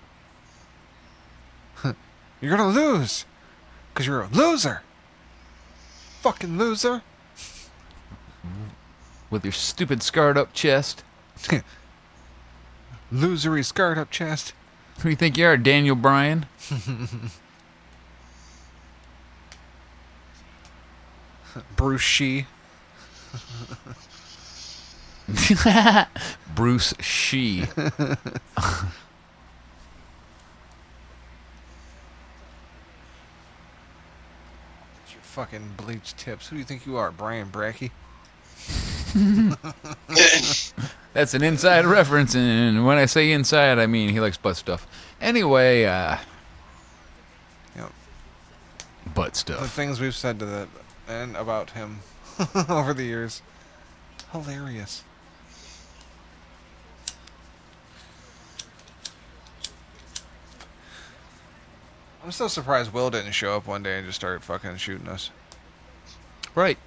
S7: You're gonna lose, cause you're a loser. Fucking loser.
S5: with your stupid scarred up chest.
S7: Losery scarred up chest.
S5: Who do you think you are, Daniel Bryan?
S7: Bruce Shee.
S5: Bruce Shee.
S7: It's your fucking bleached tips. Who do you think you are, Brian Brackey?
S5: That's an inside reference, and when I say inside, I mean he likes butt stuff. Anyway, uh,
S7: Yep.
S5: butt
S7: the
S5: stuff.
S7: things we've said to that and about him over the years. Hilarious. I'm still surprised Will didn't show up one day and just started fucking shooting us.
S5: Right.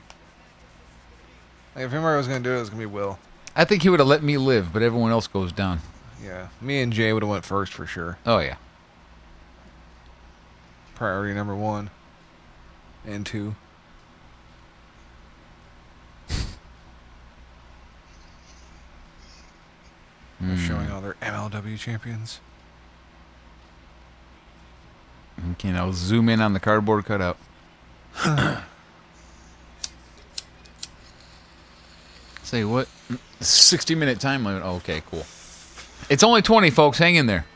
S7: Like if anybody was gonna do it, it was gonna be Will.
S5: I think he would have let me live, but everyone else goes down.
S7: Yeah, me and Jay would have went first for sure.
S5: Oh yeah.
S7: Priority number one and two. They're Showing all their MLW champions.
S5: Okay, now zoom in on the cardboard cutout. Say what? 60 minute time limit. Oh, okay, cool. It's only 20, folks. Hang in there.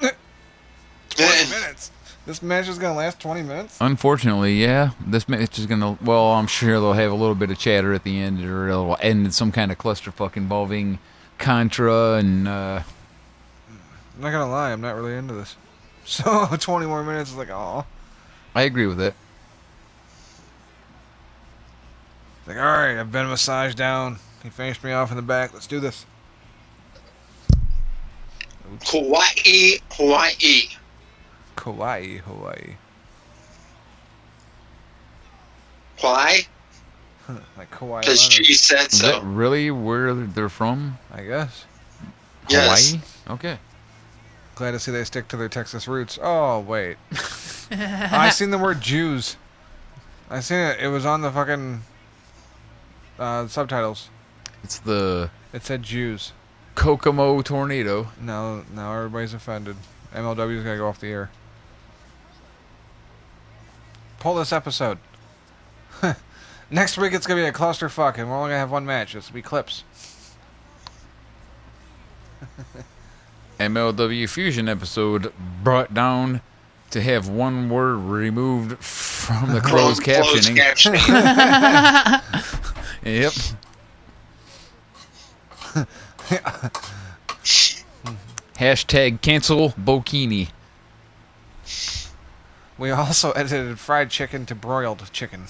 S7: Minutes. This match is gonna last 20 minutes.
S5: Unfortunately, yeah. This match is going to, well, I'm sure they'll have a little bit of chatter at the end, or it'll end in some kind of clusterfuck involving Contra and, uh,
S7: I'm not gonna lie, I'm not really into this. So 20 more minutes is like, oh,
S5: I agree with it.
S7: like all right, I've been massaged down. He finished me off in the back. Let's do this.
S6: Hawaii, Hawaii.
S7: Kauai, Hawaii,
S6: Why?
S7: like Kauai.
S6: Because
S7: Island,
S6: she said
S5: Is that
S6: so.
S5: really where they're from?
S7: I guess.
S6: Yes.
S5: Hawaii? Okay.
S7: Glad to see they stick to their Texas roots. Oh wait, I seen the word Jews. I seen it. It was on the fucking uh, subtitles.
S5: It's the
S7: It said Jews.
S5: Kokomo tornado.
S7: Now, now everybody's offended. MLW's gonna go off the air. Pull this episode. Next week it's gonna be a clusterfuck, and we're only gonna have one match. It's gonna be clips.
S5: MLW Fusion episode brought down to have one word removed from the closed
S6: Closed
S5: captioning.
S6: captioning.
S5: yep. Hashtag cancel bokini.
S7: We also edited fried chicken to broiled chicken.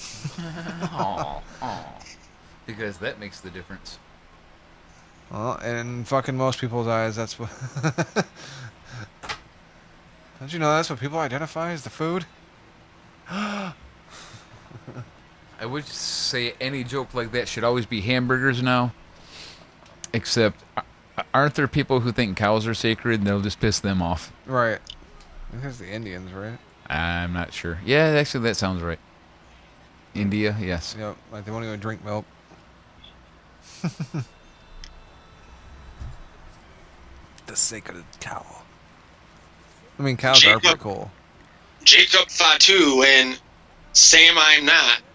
S5: Because that makes the difference.
S7: Well, in Oh, fucking most people's eyes, that's what. Don't you know that's what people identify as the food?
S5: I would say any joke like that should always be hamburgers now. Except, a- aren't there people who think cows are sacred and they'll just piss them off?
S7: Right. Because the Indians, right?
S5: I'm not sure. Yeah, actually, that sounds right. India, yes.
S7: Yep. Like they want to go drink milk. the sacred cow. I mean, cows are pretty
S6: Jacob.
S7: cool.
S6: Jacob Fatu and Sam I'm Not.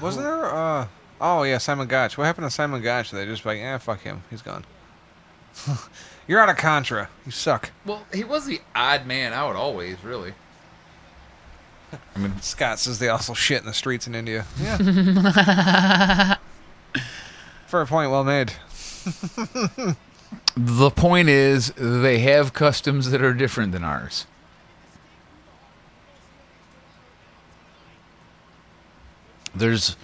S7: Wasn't there? Uh, oh yeah, Simon Gotch. What happened to Simon Gotch? They just like, eh, fuck him. He's gone. You're out of Contra. You suck.
S5: Well, he was the odd man out always, really.
S7: Scott says they also shit in the streets in India. Yeah. Fair point, well made.
S5: The point is, they have customs that are different than ours. There's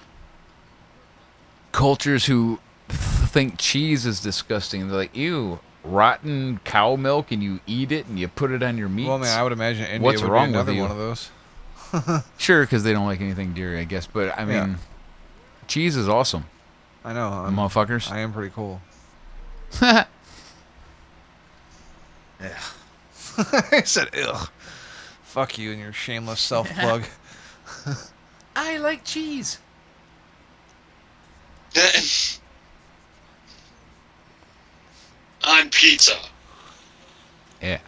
S5: cultures who think cheese is disgusting. They're like, ew, rotten cow milk, and you eat it and you put it on your meat.
S7: Well, man, I would imagine India
S5: What's
S7: would
S5: wrong
S7: be
S5: with
S7: another
S5: you?
S7: one of those.
S5: Sure, because they don't like anything dairy, I guess. But I mean,
S7: Yeah.
S5: cheese is awesome,
S7: I know. I'm,
S5: motherfuckers.
S7: I am pretty cool. I said, ugh. Fuck you and your shameless self plug.
S5: I like cheese.
S6: On pizza.
S5: Yeah.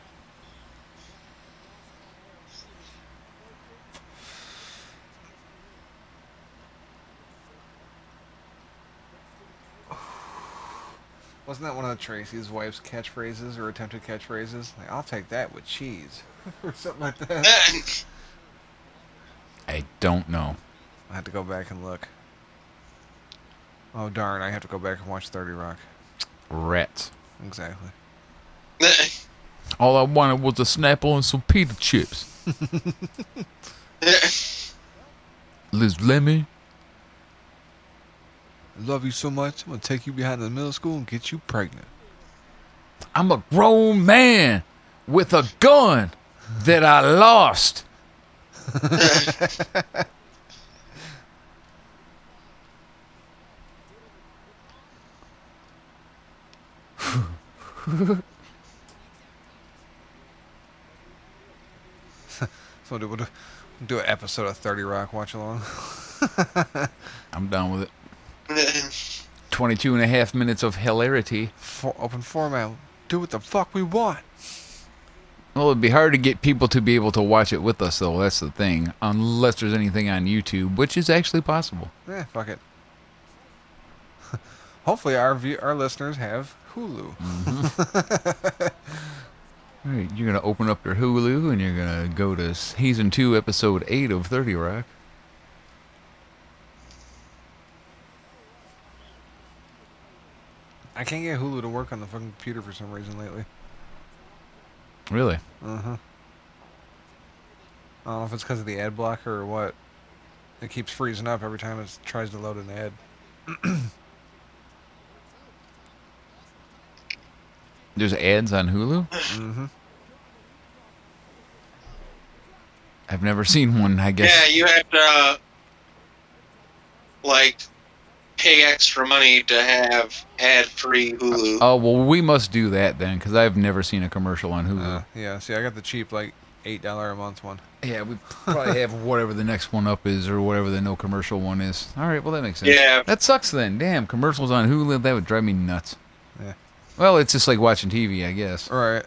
S7: Wasn't that one of the Tracy's wife's catchphrases or attempted catchphrases? Like, I'll take that with cheese. or something like that.
S5: I don't know.
S7: I have to go back and look. Oh, darn. I have to go back and watch 30 Rock.
S5: Rats.
S7: Exactly.
S5: All I wanted was a Snapple and some pita chips. Liz Lemmy.
S7: I love you so much. I'm gonna take you behind the middle school and get you pregnant.
S5: I'm a grown man with a gun that I lost.
S7: So we'll do, we'll do, do an episode of Thirty Rock watch along.
S5: I'm done with it. 22 and a half minutes of hilarity.
S7: For, open format. Do what the fuck we want.
S5: Well, it'd be hard to get people to be able to watch it with us, though. That's the thing. Unless there's anything on YouTube, which is actually possible.
S7: Yeah, Eh, fuck it. Hopefully, our view, our listeners have Hulu.
S5: All right, you're going to open up your Hulu and you're going to go to Season 2, Episode 8 of 30 Rock.
S7: I can't get Hulu to work on the fucking computer for some reason lately.
S5: Really?
S7: I don't know if it's because of the ad blocker or what. It keeps freezing up every time it tries to load an ad.
S5: There's ads on Hulu?
S7: Mm-hmm.
S5: I've never seen one, I guess.
S6: Yeah, you have to uh, like pay extra money to have ad-free Hulu.
S5: Oh, well, we must do that then, because I've never seen a commercial on Hulu.
S7: Uh, yeah, see, I got the cheap, like, $8 a month one.
S5: Yeah, we probably have whatever the next one up is or whatever the no commercial one is. All right, well that makes sense.
S6: Yeah.
S5: That sucks then. Damn, commercials on Hulu, that would drive me nuts.
S7: Yeah.
S5: Well, it's just like watching TV, I guess.
S7: Right.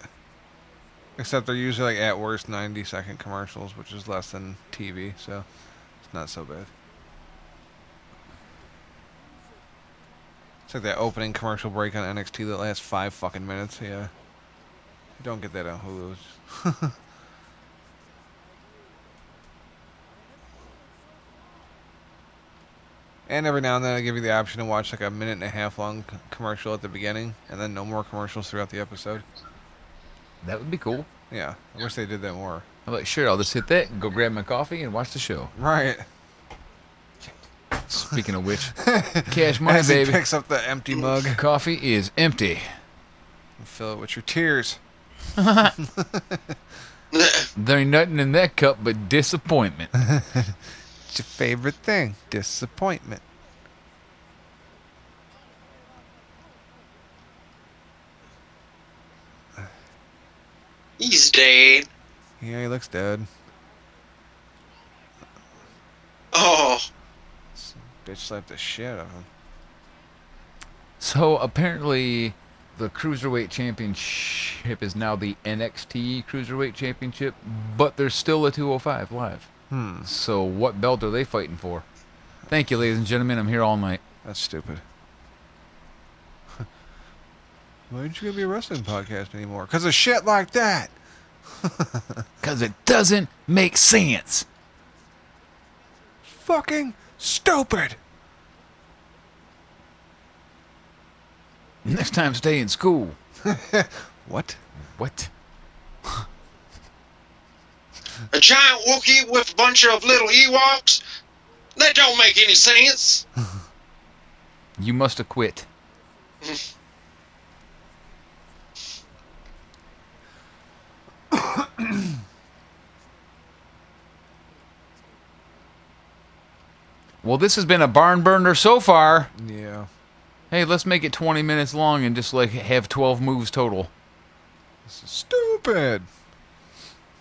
S7: Except they're usually, like, at worst 90 second commercials, which is less than TV, so it's not so bad. It's like that opening commercial break on NXT that lasts five fucking minutes. Yeah. You don't get that on Hulu. It's- And every now and then I give you the option to watch like a minute and a half long c- commercial at the beginning and then no more commercials throughout the episode.
S5: That would be cool.
S7: Yeah, I wish they did that more.
S5: I'm like, sure, I'll just hit that, go grab my coffee, and watch the show.
S7: Right.
S5: Speaking of which, cash money,
S7: As he
S5: baby.
S7: picks up the empty mug
S5: Coffee is empty.
S7: and fill it with your tears.
S5: There ain't nothing in that cup but disappointment.
S7: It's your favorite thing. Disappointment.
S6: He's dead.
S7: Yeah, he looks dead.
S6: Oh,
S7: Bitch slapped the shit out of him.
S5: So apparently, the cruiserweight championship is now the NXT cruiserweight championship, but there's still a 205 live. Hmm. So what belt are they fighting for? Thank you, ladies and gentlemen. I'm here all night.
S7: That's stupid. Why aren't you gonna be a wrestling podcast anymore? Cause of shit like that.
S5: Cause it doesn't make sense.
S7: Fucking stupid.
S5: Next time, stay in school.
S7: What?
S5: What?
S6: a giant Wookiee with a bunch of little Ewoks? That don't make any sense.
S5: You must have quit. well, this has been a barn burner so far.
S7: Yeah.
S5: Hey, let's make it 20 minutes long and just like have 12 moves total.
S7: This is stupid.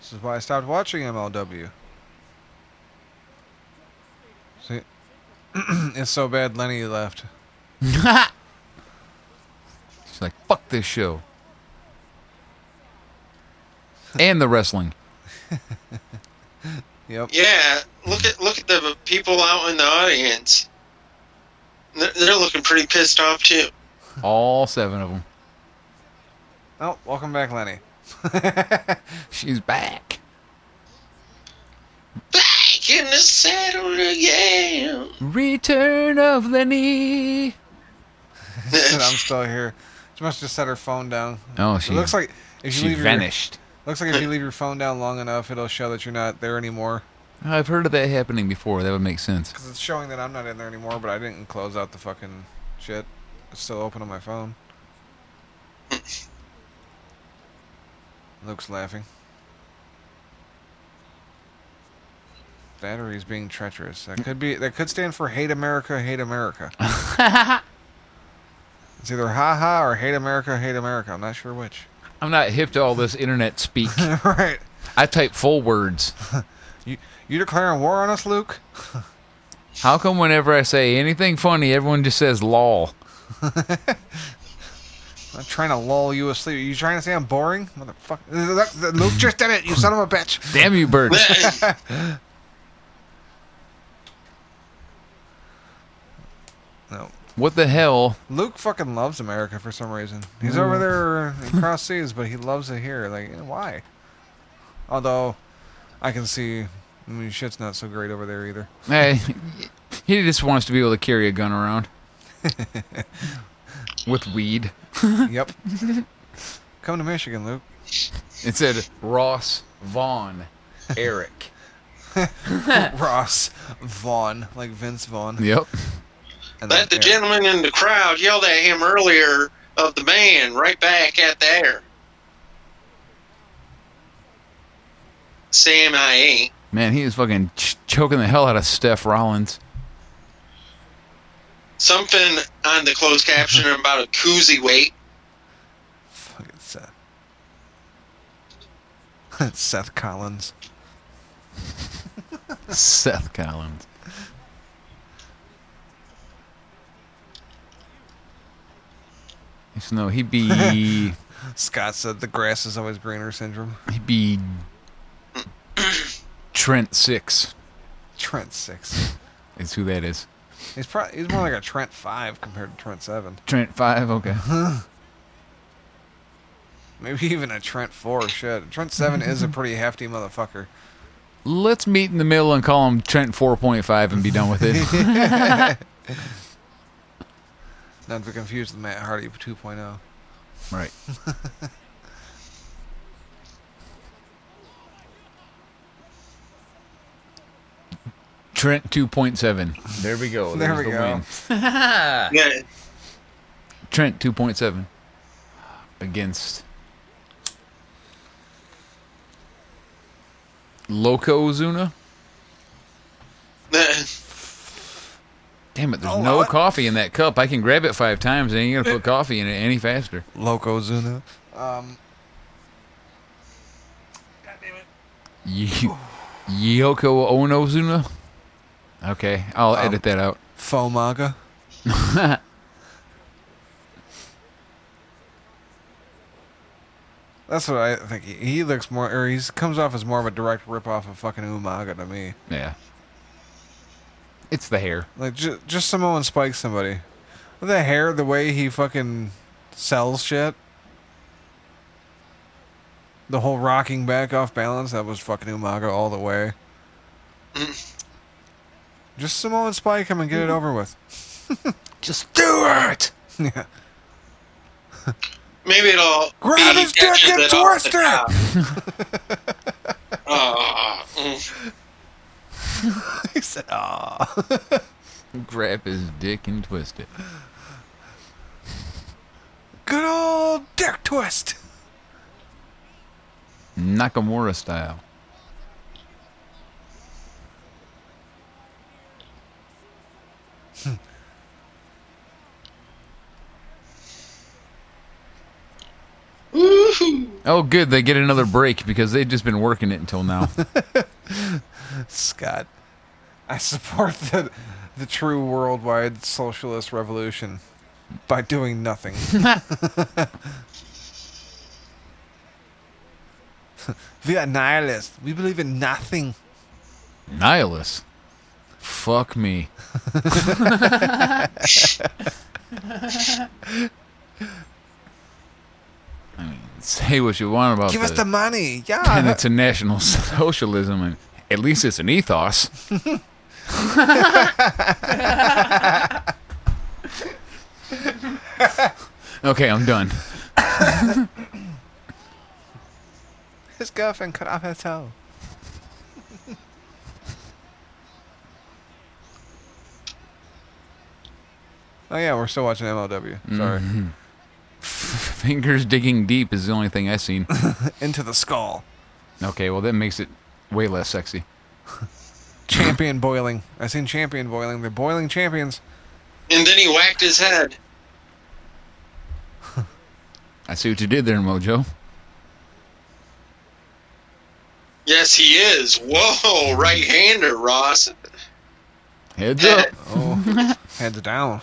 S7: This is why I stopped watching MLW. See, it's so bad Lenny left.
S5: She's like, fuck this show. And the wrestling.
S7: Yep.
S6: Yeah, look at look at the people out in the audience. They're, they're looking pretty pissed off too.
S5: All seven of them.
S7: Oh, welcome back, Lenny.
S5: She's back.
S6: Back in the saddle again.
S5: Return of Lenny.
S7: Said I'm still here. She must have set her phone down.
S5: Oh,
S7: It
S5: she
S7: looks like If you
S5: She
S7: leave your-
S5: vanished.
S7: looks like if you leave your phone down long enough, it'll show that you're not there anymore.
S5: I've heard of that happening before. That would make sense.
S7: Because it's showing that I'm not in there anymore, but I didn't close out the fucking shit. It's still open on my phone. Luke's laughing. Battery's being treacherous. That could be. That could stand for hate America, hate America. it's either ha ha or hate America, hate America. I'm not sure which.
S5: I'm not hip to all this internet speak.
S7: right.
S5: I type full words.
S7: You you declaring war on us, Luke?
S5: How come whenever I say anything funny, everyone just says lol?
S7: I'm not trying to lull you asleep. you trying to say I'm boring, motherfucker? Luke just did it. You son of a bitch.
S5: Damn you, birds.
S7: No.
S5: What the hell?
S7: Luke fucking loves America for some reason. He's over there in cross seas, but he loves it here. Like, eh, why? Although, I can see, I mean, shit's not so great over there either.
S5: Hey, he just wants to be able to carry a gun around with weed.
S7: yep. Come to Michigan, Luke.
S5: It said Ross Vaughn Eric.
S7: Ross Vaughn, like Vince Vaughn.
S5: Yep.
S7: And
S6: Let the
S7: then Eric.
S6: gentleman in the crowd yelled at him earlier of the man right back at the air. Sam I ain't.
S5: Man, he is fucking ch- choking the hell out of Steph Rollins.
S6: Something on the closed caption about a koozie weight.
S7: Fucking Seth. Seth Collins.
S5: Seth Collins. So, no, he'd be he'd
S7: Scott said the grass is always greener syndrome.
S5: be Trent Six
S7: Trent 6.
S5: is who that is.
S7: He's, probably, he's more like a Trent 5 compared to Trent 7.
S5: Trent Five, okay.
S7: Maybe even a Trent 4. Shit. Trent 7 is a pretty hefty motherfucker.
S5: Let's meet in the middle and call him Trent Four Point Five and be done with it.
S7: Not to be confused with Matt Hardy oh. 2.0.
S5: right. Trent 2.7. There we go.
S7: There
S5: There's
S7: we
S5: the
S7: go.
S5: win.
S6: Yeah,
S5: Trent 2.7 against Loco Zuna. Damn it, there's
S7: Oh,
S5: no
S7: what?
S5: coffee in that cup. I can grab it five times and ain't gonna put coffee in it any faster.
S7: Loco Zuna. Um,
S5: Ye- Yoko Ono Zuna? Okay, I'll edit that out.
S7: Fomaga. That's what I think. He, he looks more, or he comes off as more of a direct ripoff of fucking Umaga to me.
S5: Yeah. It's the hair.
S7: Like, j- just Samoan Spike somebody. The hair, the way he fucking sells shit. The whole rocking back off balance, that was fucking Umaga all the way. just Samoan Spike him and get it over with.
S5: Just do it!
S7: yeah.
S6: maybe it'll.
S7: Grab
S6: he
S7: his dick
S6: catches
S7: and
S6: it off
S7: twist
S6: the
S7: it!
S6: top. Aw, mm.
S7: he said, "Ah, "Aw."
S5: Grab his dick and twist it.
S7: Good old dick twist.
S5: Nakamura style. Oh, good. They get another break because they've just been working it until now.
S7: Scott, I support the, the true worldwide socialist revolution by doing nothing. we are nihilists. We believe in nothing.
S5: Nihilus. Fuck me. I mean, say what you want about
S7: Give us
S5: the-
S7: the money.
S5: and
S7: Yeah.
S5: it's a national socialism, and at least it's an ethos. okay, I'm done.
S7: His girlfriend cut off her toe. oh yeah, we're still watching MLW. Sorry,
S5: Fingers digging deep is the only thing I've seen.
S7: into the skull.
S5: Okay, well that makes it way less sexy.
S7: Champion boiling. I seen champion boiling. They're boiling champions.
S6: And then he whacked his head.
S5: I see what you did there, Mojo.
S6: Yes, he is. Whoa, right hander, Ross.
S5: Heads up.
S7: Oh, heads down.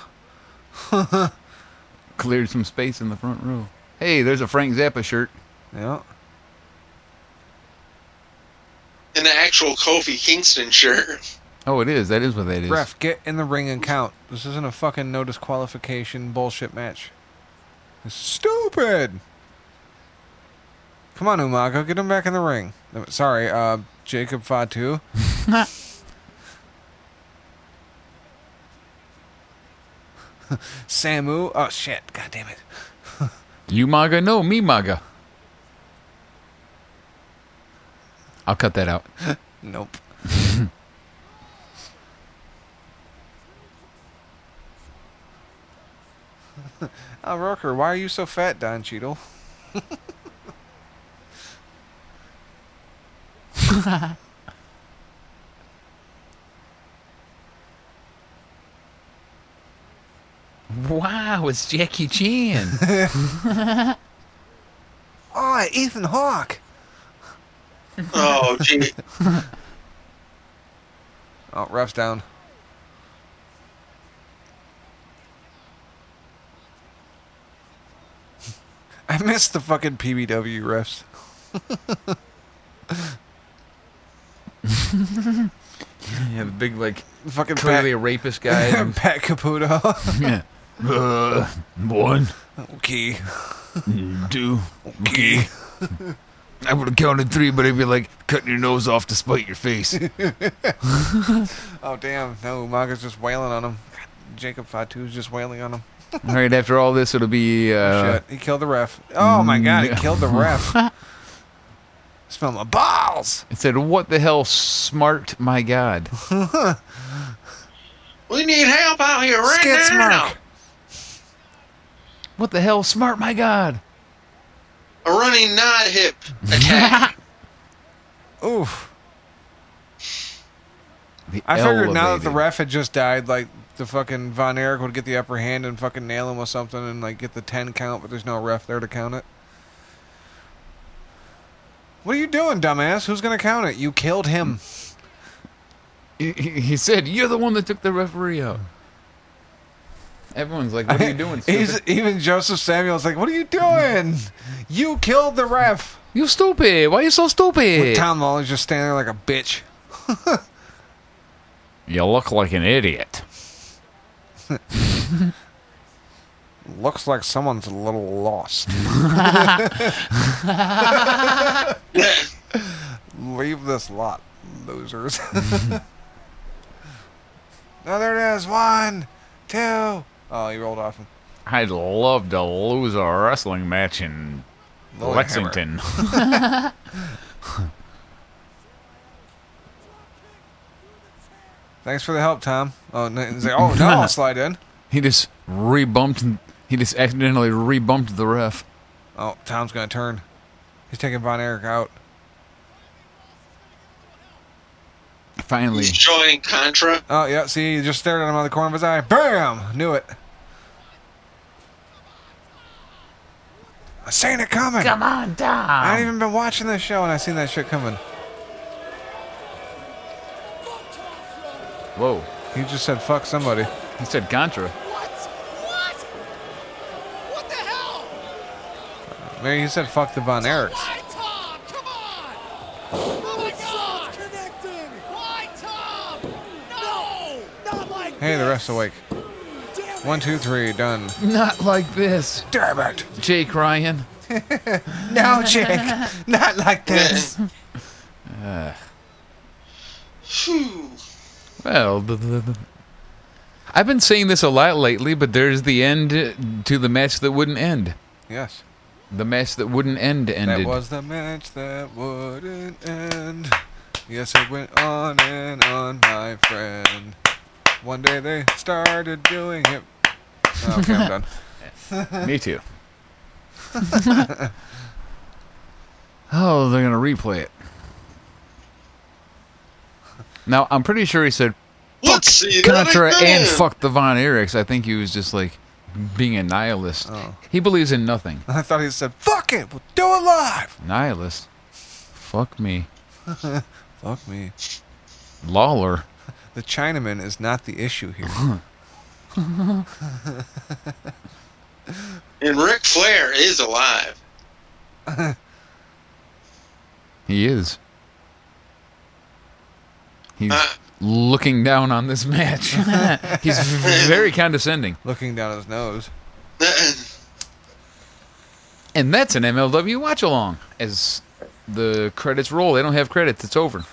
S5: Cleared some space in the front row. Hey, there's a Frank Zappa shirt.
S7: Yeah.
S6: In the actual Kofi Kingston shirt.
S5: Oh, it is. That is what that is.
S7: Ref, get in the ring and count. This isn't a fucking no disqualification bullshit match. This is stupid. Come on, Umago, get him back in the ring. No, Sorry, uh, Jacob Fatu. Samu. Oh shit! God damn it.
S5: You MAGA, no, me MAGA. I'll cut that out.
S7: Nope. oh, Roker, why are you so fat, Don Cheadle?
S5: Wow, it's Jackie Chan.
S7: Oh, Ethan Hawke.
S6: Oh, gee.
S7: Oh, ref's down. I missed the fucking PBW refs.
S5: yeah, the big like
S7: Fucking
S5: clearly a rapist guy.
S7: Pat, Pat Caputo.
S5: yeah. Uh, one,
S7: okay.
S5: two, okay. I would have counted three, but it'd be like cutting your nose off to spite your face.
S7: Oh damn! No, Umaga's just wailing on him. God, Jacob Fatu's just wailing on him.
S5: All right, after all this, it'll be uh,
S7: Shit, he killed the ref. Oh my god, he
S5: yeah.
S7: killed the ref. Smell my balls.
S5: it said, "What the hell, smart? My God,
S6: We need help out here right
S7: Skid
S6: now.
S7: smirk.
S5: what the hell, smart? My God."
S6: A running knot hip attack.
S7: Oof.
S5: The
S7: I figured now that the
S5: elevated.
S7: ref had just died, like the fucking Von Erich would get the upper hand and fucking nail him with something and like get the ten count, but there's no ref there to count it. What are you doing, dumbass? Who's gonna count it? You killed him.
S5: He- he, he said, "You're the one that took the referee out." Everyone's like, "What are you doing?
S7: He's,
S5: stupid?
S7: even Joseph Samuel's like, "What are you doing? You killed the ref."
S5: you stupid! Why are you so stupid?"
S7: Tom Lawler's just standing there like a bitch.
S5: you look like an idiot.
S7: Looks like someone's a little lost. Leave this lot, losers. oh, there it is. One, two. Oh, he rolled off him.
S5: I'd love to lose a wrestling match in
S7: Little hammer.
S5: Lexington.
S7: Thanks for the help, Tom. Oh, and he's like, oh no, I'll slide in.
S5: he just rebumped. He just accidentally rebumped the ref.
S7: Oh, Tom's gonna turn. He's taking Von Erich out.
S5: Finally,
S6: He's joining Contra.
S7: Oh yeah, see, he just stared at him out of the corner of his eye. Bam! Knew it. I seen it coming. Come on, Tom. I haven't even been watching this show and I seen that shit coming.
S5: whoa!
S7: He just said fuck somebody.
S5: He said Contra.
S7: Maybe he said fuck the Von Erichs. Oh Hey, the ref's awake. One, two, three, done.
S5: Not like this,
S7: Damn it!
S5: Jake Ryan.
S7: No, Jake, not like this.
S6: Phew.
S5: Well, the, the, the- I've been saying this a lot lately, but there's the end to the match that wouldn't end.
S7: Yes.
S5: The match that wouldn't end ended.
S7: That was the match that wouldn't end. Yes, it went on and on, my friend. One day they started doing it. Oh, Okay, I'm done.
S5: Me too. oh, they're gonna replay it. Now I'm pretty sure he said
S6: Let's see that
S5: Contra
S6: again.
S5: and fuck the Von Erichs. I think he was just like being a nihilist. He believes in nothing.
S7: I thought he said, "Fuck it, we'll do it live."
S5: Nihilist. Fuck me,
S7: Fuck me.
S5: Lawler.
S7: The Chinaman is not the issue here.
S6: And Ric Flair is alive.
S5: He is. He's
S6: Uh.
S5: looking down on this match. He's very condescending.
S7: Looking down his nose.
S5: And that's an MLW watch along. As the credits roll, they don't have credits, it's over.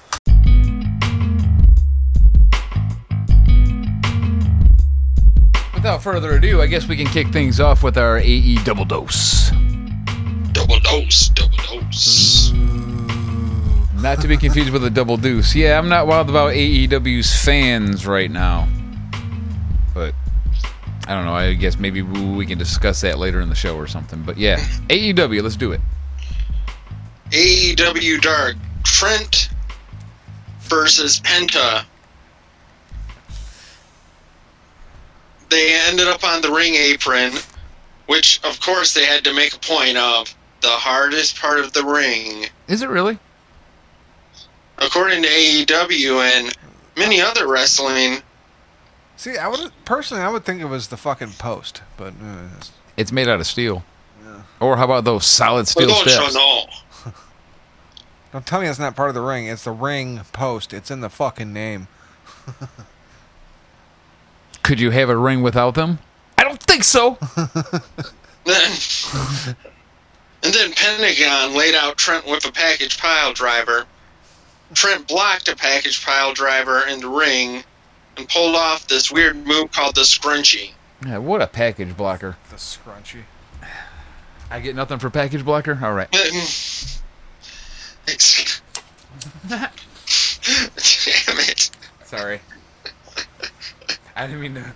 S5: Without further ado, I guess we can kick things off with our AE double dose.
S6: double dose, double dose.
S5: Not to be confused with a double deuce. Yeah, I'm not wild about AEW's fans right now. But I don't know. I guess maybe we can discuss that later in the show or something. But yeah, AEW, let's do it.
S6: AEW E Dark Trent versus Penta. They ended up on the ring apron, which of course they had to make a point of. The hardest part of the ring,
S5: Is it really?
S6: according to AEW and many other wrestling.
S7: See, I would personally, I would think it was the fucking post, but uh, that's-
S5: It's made out of steel. Or how about those solid steel
S6: Well, don't you
S5: steps?
S6: know?
S7: don't tell me it's not part of the ring. It's the ring post. It's in the fucking name.
S5: Could you have a ring without them? I don't think so.
S6: Then, and then Pentagon laid out Trent with a package pile driver. Trent blocked a package pile driver in the ring and pulled off this weird move called the scrunchie.
S5: Yeah, what a package blocker.
S7: The scrunchie.
S5: I get nothing for package blocker? All right.
S6: It's- Damn it.
S5: Sorry. I didn't mean to.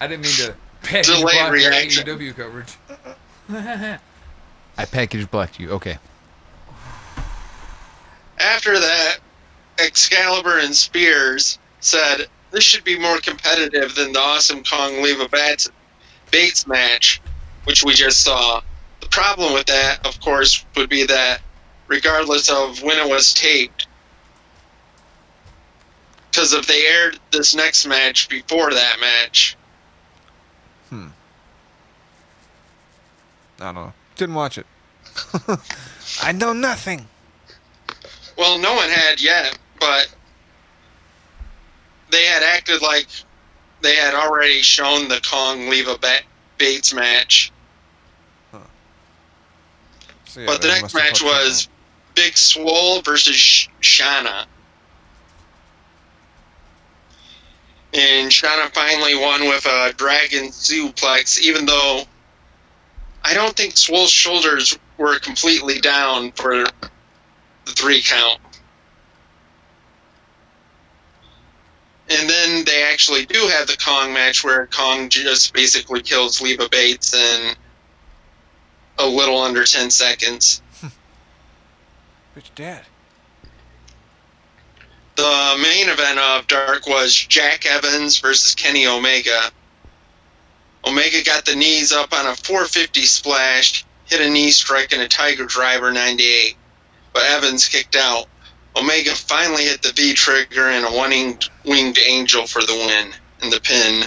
S5: I didn't mean to package
S6: Delayed
S5: block your
S6: reaction.
S5: AEW coverage. I package blocked you. Okay.
S6: After that, Excalibur and Spears said, This should be more competitive than the Awesome Kong Leva Bats- Bates match, which we just saw. The problem with that, of course, would be that regardless of when it was taped, because if they aired this next match before that match,
S7: I don't know. Didn't watch it. I know nothing.
S6: well, no one had yet, but they had acted like they had already shown the Kong Leva Ba- Bates match.
S7: So, yeah,
S6: but the
S7: they
S6: next
S7: must have
S6: match
S7: fucked
S6: was Big Swole versus Sh- Shana. And Shana finally won with a dragon suplex, even though I don't think Swole's shoulders were completely down for the three count. And then they actually do have the Kong match where Kong just basically kills Leva Bates in a little under 10 seconds.
S7: up. Bitch dead.
S6: The main event of Dark was Jack Evans versus Kenny Omega. Omega got the knees up on a 450 splash, hit a knee strike and a Tiger Driver 98, but Evans kicked out. Omega finally hit the V trigger and a one winged- winged angel for the win and the pin.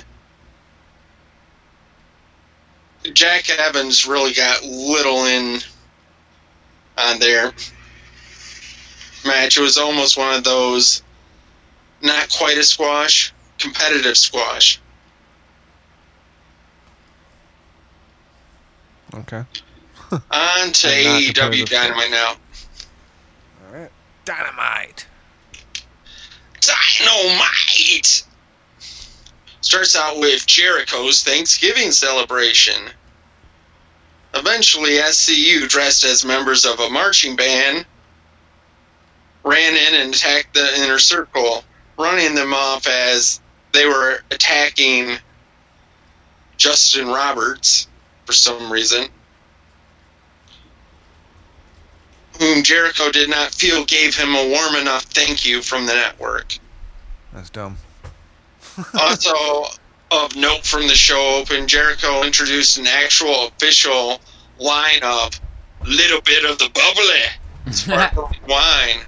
S6: Jack Evans really got little in on there match. It was almost one of those not quite a squash, competitive squash.
S7: Okay.
S6: On to
S7: And not
S6: AEW
S7: competitive
S6: Dynamite now.
S7: All right. Dynamite.
S6: Dynamite! Starts out with Jericho's Thanksgiving celebration. Eventually, Eventually, SCU, dressed as members of a marching band, ran in and attacked the inner circle, running them off as they were attacking Justin Roberts for some reason, whom Jericho did not feel gave him a warm enough thank you from the network.
S7: That's dumb.
S6: also of note from the show open, Jericho introduced an actual official line of little bit of the bubbly sparkling wine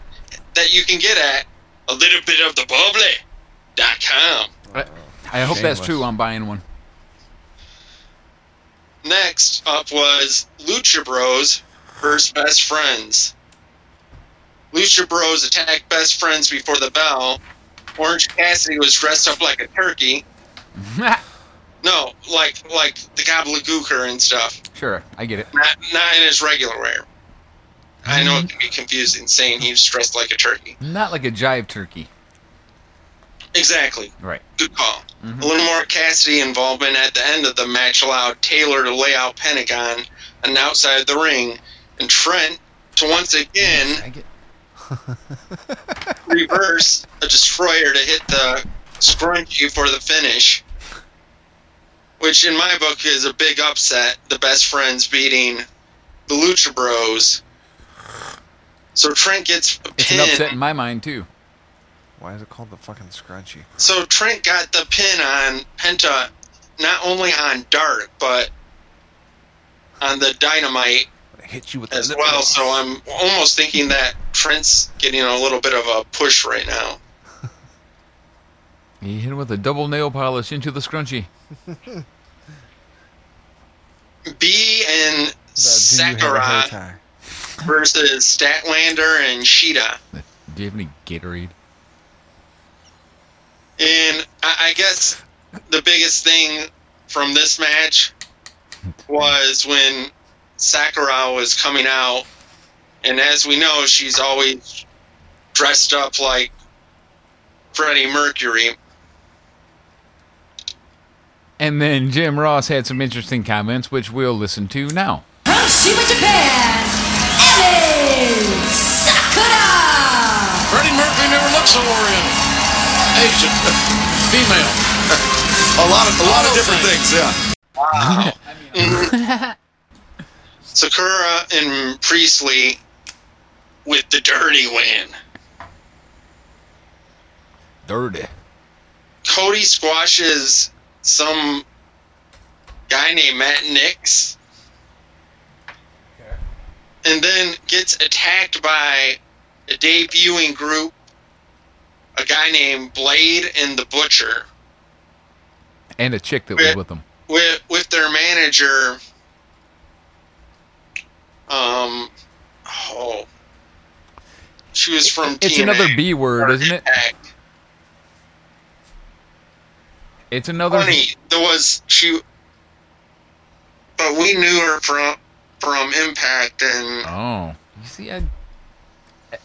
S6: that you can get at a little bit of the bubbly.com.
S5: I, I hope that's
S7: Shameless.
S5: true. I'm buying one.
S6: Next up was Lucha Bros versus Best Friends. Lucha Bros attacked Best Friends before the bell. Orange Cassidy was dressed up like a turkey. No, like like the gobbledygooker and stuff.
S5: sure, I get it.
S6: Not not in his regular wear. I know it can be confusing saying he was dressed like a turkey.
S5: Not like a jive turkey.
S6: Exactly.
S5: Right.
S6: Good call.
S5: Mm-hmm.
S6: A little more Cassidy involvement at the end of the match allowed Taylor to lay out Pentagon and outside the ring, and Trent to once
S5: I
S6: again
S5: get.
S6: reverse a destroyer to hit the scrunchie for the finish, which in my book is a big upset. The best friends beating the Lucha Bros. So Trent gets a
S5: It's
S6: pin.
S5: an upset in my mind too.
S7: Why is it called the fucking scrunchie?
S6: So Trent got the pin on Penta, not only on Dart, but on the Dynamite
S7: But I hit you with the
S6: as
S7: lip
S6: well.
S7: gloss.
S6: So I'm almost thinking that Trent's getting a little bit of a push right now.
S5: You hit him with a double nail polish into the scrunchie.
S6: B and
S7: The do you have a hair
S6: Sakura
S7: tie?
S6: versus Statlander and Sheeta.
S5: Do you have any Gatorade?
S6: And I, I guess the biggest thing from this match was when Sakura was coming out, and as we know, she's always dressed up like Freddie Mercury.
S5: And then Jim Ross had some interesting comments, which we'll listen to now.
S11: From Shiba Japan, Ellie Sakura!
S1: Freddie Mercury never looked so oriental.
S12: Asian, female.
S2: A lot of a lot of different
S12: Things.
S2: things. Yeah.
S6: Sakura and Priestley with the dirty win.
S5: Dirty.
S6: Cody squashes some guy named Matt Nix. And then gets attacked by a debuting group, a guy named Blade and the Butcher,
S5: And a chick that was with him.
S6: with with their manager. Um, oh, she was from.
S5: It's
S6: TNA.
S5: another B word, isn't it?
S6: Attack.
S5: It's another.
S6: funny. There was she, but we knew her from from Impact and
S5: Oh, you see, I, I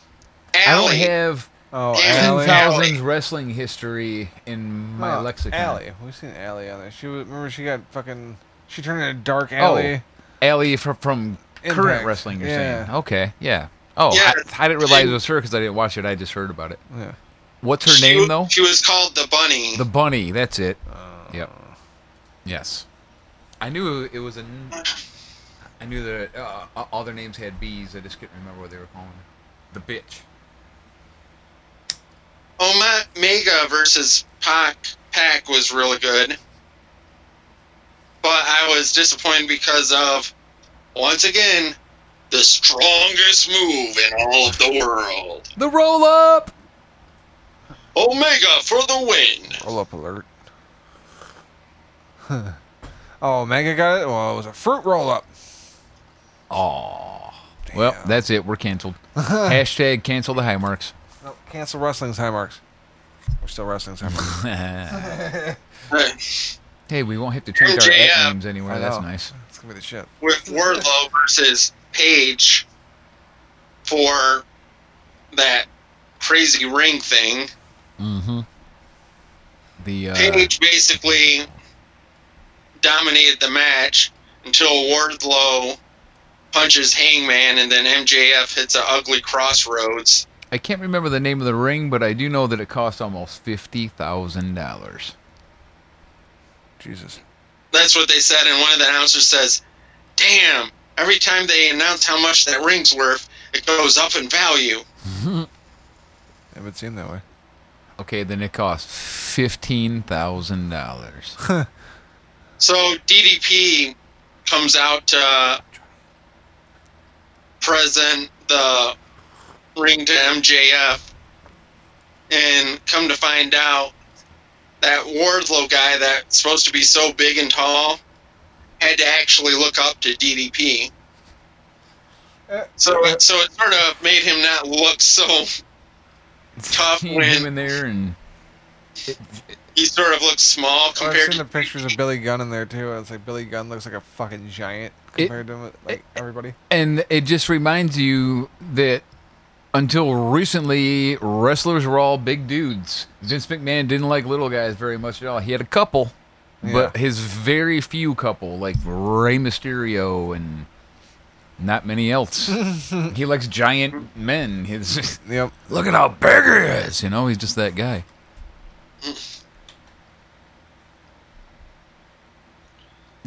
S5: don't
S6: Allie.
S5: have
S7: Oh,
S6: Yeah.
S7: Allie.
S6: Allie.
S5: 10,000 wrestling history in my
S7: Oh,
S5: lexicon.
S7: Allie. We've seen Allie on there. She was, remember she got fucking. She turned into Dark Allie.
S5: Allie from, Oh, from current
S7: Impact.
S5: wrestling, you're
S7: Yeah.
S5: saying? Okay, yeah. Oh,
S6: Yeah.
S5: I, I didn't realize it was her because I didn't watch it. I just heard about it.
S7: Yeah.
S5: What's her
S6: she,
S5: name, though?
S6: She was called the Bunny.
S5: The Bunny. That's it. yep. Yes. Oh. I knew it was a. n- I knew that uh, uh, all their names had B's. I just couldn't remember what they were calling it. The bitch.
S6: Oma Mega versus Pac Pac was really good, but I was disappointed because of once again the strongest move in all of the world.
S5: The roll up.
S6: Omega for the win.
S7: Roll up alert. oh, Mega got it? Well, it was a fruit roll up.
S5: Aw. Well, that's it. We're canceled. Hashtag cancel the high marks.
S7: No, cancel wrestling's high marks. We're still wrestling's high marks.
S5: hey,
S6: Right.
S5: we won't have to change our
S6: MJF.
S5: at names anywhere.
S7: I
S5: That's
S7: know.
S5: nice.
S7: It's gonna be the shit.
S6: with Wardlow versus Page for that crazy ring thing.
S5: Mm-hmm. The uh,
S6: Page basically dominated the match until Wardlow punches Hangman, and then MJF hits an ugly crossroads.
S5: I can't remember the name of the ring, but I do know that it cost almost fifty thousand dollars.
S7: Jesus.
S6: That's what they said, and one of the announcers says, "Damn! Every time they announce how much that ring's worth, it goes up in value."
S7: it would seem that way.
S5: Okay, then it cost fifteen thousand dollars.
S6: So DDP comes out to present the ring to MJF, and come to find out that Wardlow guy that's supposed to be so big and tall had to actually look up to DDP.
S7: Uh,
S6: So it, so it sort of made him not look so tough
S5: Him
S6: when
S5: in there and
S6: he sort of looks small
S7: Oh, I've
S6: compared
S7: seen the
S6: to
S7: pictures of Billy Gunn in there too. and It's like Billy Gunn looks like a fucking giant compared to like everybody.
S5: and it just reminds you that until recently, wrestlers were all big dudes. Vince McMahon didn't like little guys very much at all. He had a couple, but his very few couple, like Rey Mysterio and not many else. he likes giant men. His
S7: yep.
S5: Look at how big he is. You know, he's just that guy.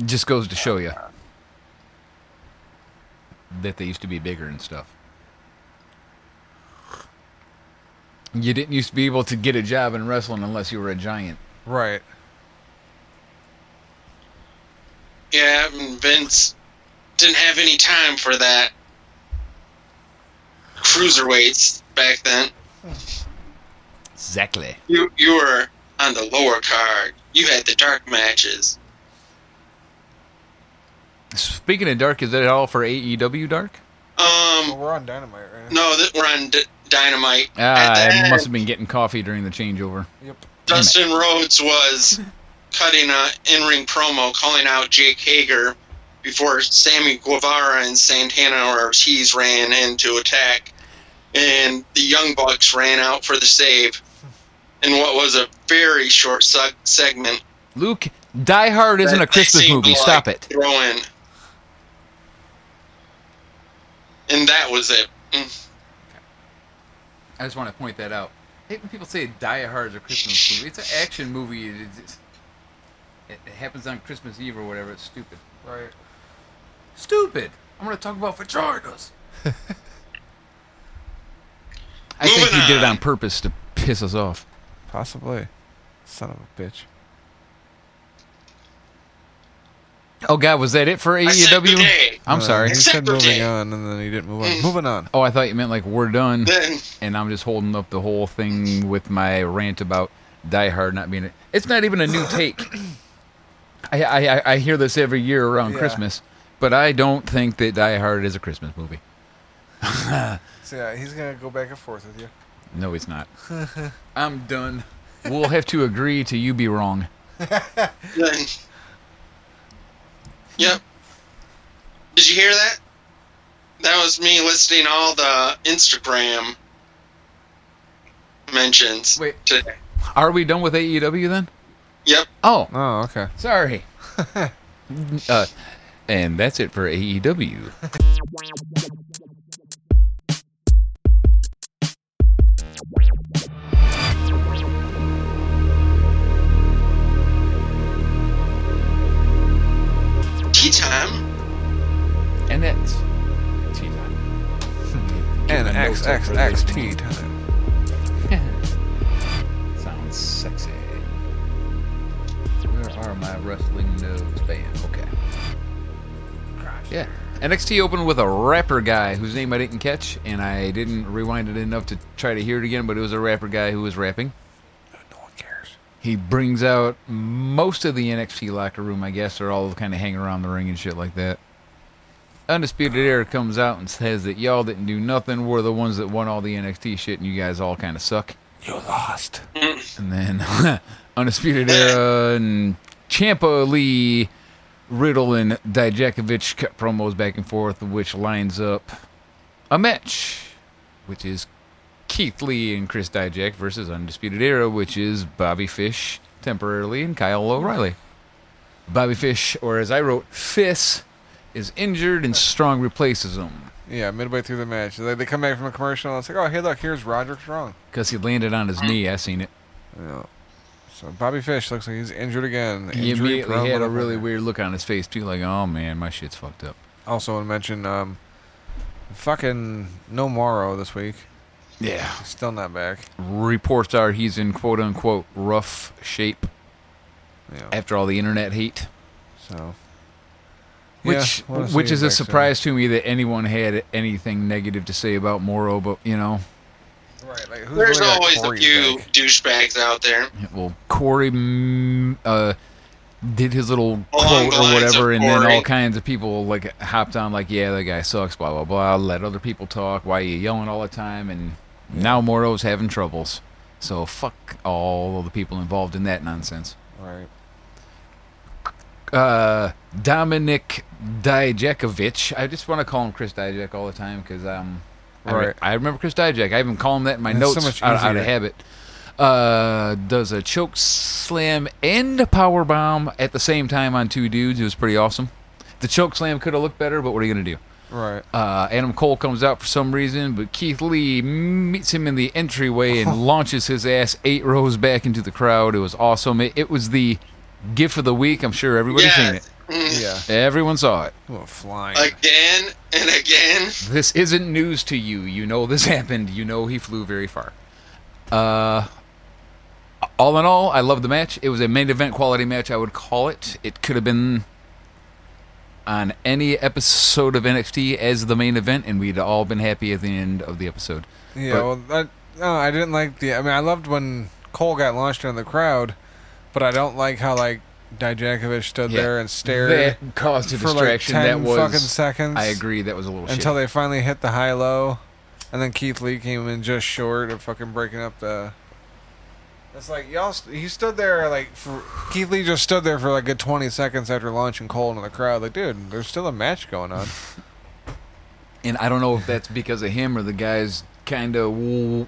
S5: Just goes to show you that they used to be bigger and stuff. You didn't used to be able to get a job in wrestling unless you were a giant.
S7: Right.
S6: yeah, and Vince didn't have any time for that cruiserweights back then.
S5: Exactly.
S6: You you were on the lower card. You had the dark matches.
S5: Speaking of dark, is that all for AEW dark?
S6: Um,
S7: we're on Dynamite right
S6: now. No, that we're on D- Dynamite.
S5: Ah,
S6: At the
S5: I
S6: end,
S5: must have been getting coffee during the changeover.
S6: Dustin Rhodes was cutting a in-ring promo calling out Jake Hager before Sammy Guevara and Santana Ortiz ran in to attack, and the Young Bucks ran out for the save in what was a very short seg- segment.
S5: Luke, Die Hard isn't a
S6: They
S5: Christmas
S6: seemed
S5: movie.
S6: to,
S5: Stop
S6: like,
S5: it.
S6: Throw in. And that was it. Mm.
S5: I just want to point that out. I hate when people say Die Hard is a Christmas movie. It's an action movie. It, it, it- it happens on Christmas Eve or whatever. It's stupid.
S7: Right.
S5: Stupid. I'm going to talk about vaginas. I
S6: Moving
S5: think he did it on purpose to piss us off.
S7: Possibly. Son of a bitch.
S5: Oh God, was that it for
S6: said
S5: AEW?
S6: good day.
S5: I'm
S7: Uh,
S5: sorry.
S7: He said moving on, and then he didn't move
S6: Mm.
S7: on. moving on.
S5: Oh, I thought you meant like we're done,
S6: Then-
S5: and I'm just holding up the whole thing with my rant about Die Hard not being. A, it's not even a new take. I, I I- I hear this every year around
S7: Yeah.
S5: Christmas, but I don't think that Die Hard is a Christmas movie.
S7: So yeah, he's gonna go back and forth with you.
S5: No, it's not. I'm done. We'll have to agree to you be wrong.
S6: Then- Yep. Did you hear that? That was me listing all the Instagram mentions
S5: Wait.
S6: today.
S5: Are we done with AEW then?
S6: Yep.
S5: Oh,
S7: Oh, okay.
S5: sorry. uh, and that's it for E AEW.
S6: Tea time.
S5: And that's tea time.
S7: And
S5: Keep my
S7: X
S5: notes up
S7: X
S5: for
S7: X
S5: this.
S7: T time.
S5: Sounds sexy. Where are my wrestling notes? Bam. Okay. Yeah. NXT opened with a rapper guy whose name I didn't catch, and I didn't rewind it enough to try to hear it again, but it was a rapper guy who was rapping.
S7: No one cares.
S5: He brings out most of the NXT locker room, I guess. They're all kind of hanging around the ring and shit like that. Undisputed Era comes out and says that y'all didn't do nothing. We're the ones that won all the NXT shit, and you guys all kind of suck.
S7: You lost.
S5: And then Undisputed Era and Champa Lee, Riddle, and Dijakovic cut promos back and forth, which lines up a match, which is Keith Lee and Chris Dijak versus Undisputed Era, which is Bobby Fish temporarily and Kyle O'Reilly. Bobby Fish, or as I wrote, Fiss, is injured and Strong replaces him
S7: Yeah, midway through the match, they, they come back from a commercial. and It's like, oh, hey, look, here's Roderick Strong.
S5: because he landed on his knee. I seen it.
S7: Yeah. So Bobby Fish looks like he's injured again.
S5: He
S7: Injury prone
S5: immediately had a
S7: motherfucker.
S5: really weird look on his face too, like, oh man, my shit's fucked up.
S7: Also, want to mention, um, fucking No Morrow this week.
S5: Yeah.
S7: He's still not back.
S5: Reports are he's in quote unquote rough shape after all the internet hate.
S7: So,
S5: Which
S7: Yeah, wanna see
S5: which
S7: you
S5: is a
S7: back soon.
S5: surprise to me that anyone had anything negative to say about Moro, but you know,
S7: Right, like,
S6: There's always a few douchebags out there.
S5: well, Corey mm, uh, did his little
S6: Along
S5: quote
S6: the
S5: or
S6: lines
S5: whatever,
S6: of
S5: and then all
S6: Corey.
S5: kinds of people like hopped on, like, yeah, that guy sucks, blah blah blah. Let other people talk. Why are you yelling all the time? And now Moro's having troubles, so fuck all of the people involved in that nonsense.
S7: Right.
S5: uh, Dominic Dijakovic. I just want to call him Chris Dijak all the time because um, I, re-
S7: Right.
S5: I remember Chris Dijak. I even call him that in my
S7: It's so
S5: notes
S7: much
S5: out, out
S7: easier.
S5: of habit. Uh, does a choke slam and a power bomb at the same time on two dudes. It was pretty awesome. The choke slam could have looked better, but what are you gonna do?
S7: Right.
S5: Uh, Adam Cole comes out for some reason, but Keith Lee meets him in the entryway and launches his ass eight rows back into the crowd. It was awesome. It, it was the gif of the week. I'm sure everybody's seen it.
S7: Yeah.
S5: Everyone saw it.
S7: Well, flying.
S6: Mm, Again and again.
S5: This isn't news to you. You know this happened. You know he flew very far. Uh, all in all, I love the match. It was a main event quality match. I would call it. It could have been on any episode of NXT as the main event, and we'd all been happy at the end of the episode.
S7: Yeah,
S5: But-
S7: well, that, no, I didn't like the. I mean, I loved when Cole got launched into the crowd, but I don't like how like Dijakovic stood
S5: Yeah.
S7: there and stared.
S5: That caused a
S7: for, like,
S5: distraction.
S7: 10
S5: that was
S7: fucking seconds.
S5: I agree. That was a little shit.
S7: until they finally hit the high low, and then Keith Lee came in just short of fucking breaking up the. It's like y'all. St- he stood there like for Keith Lee just stood there for like a good twenty seconds after launching Cole into the crowd. Like, dude, there's still a match going on.
S5: and I don't know if that's because of him or the guys kind of w-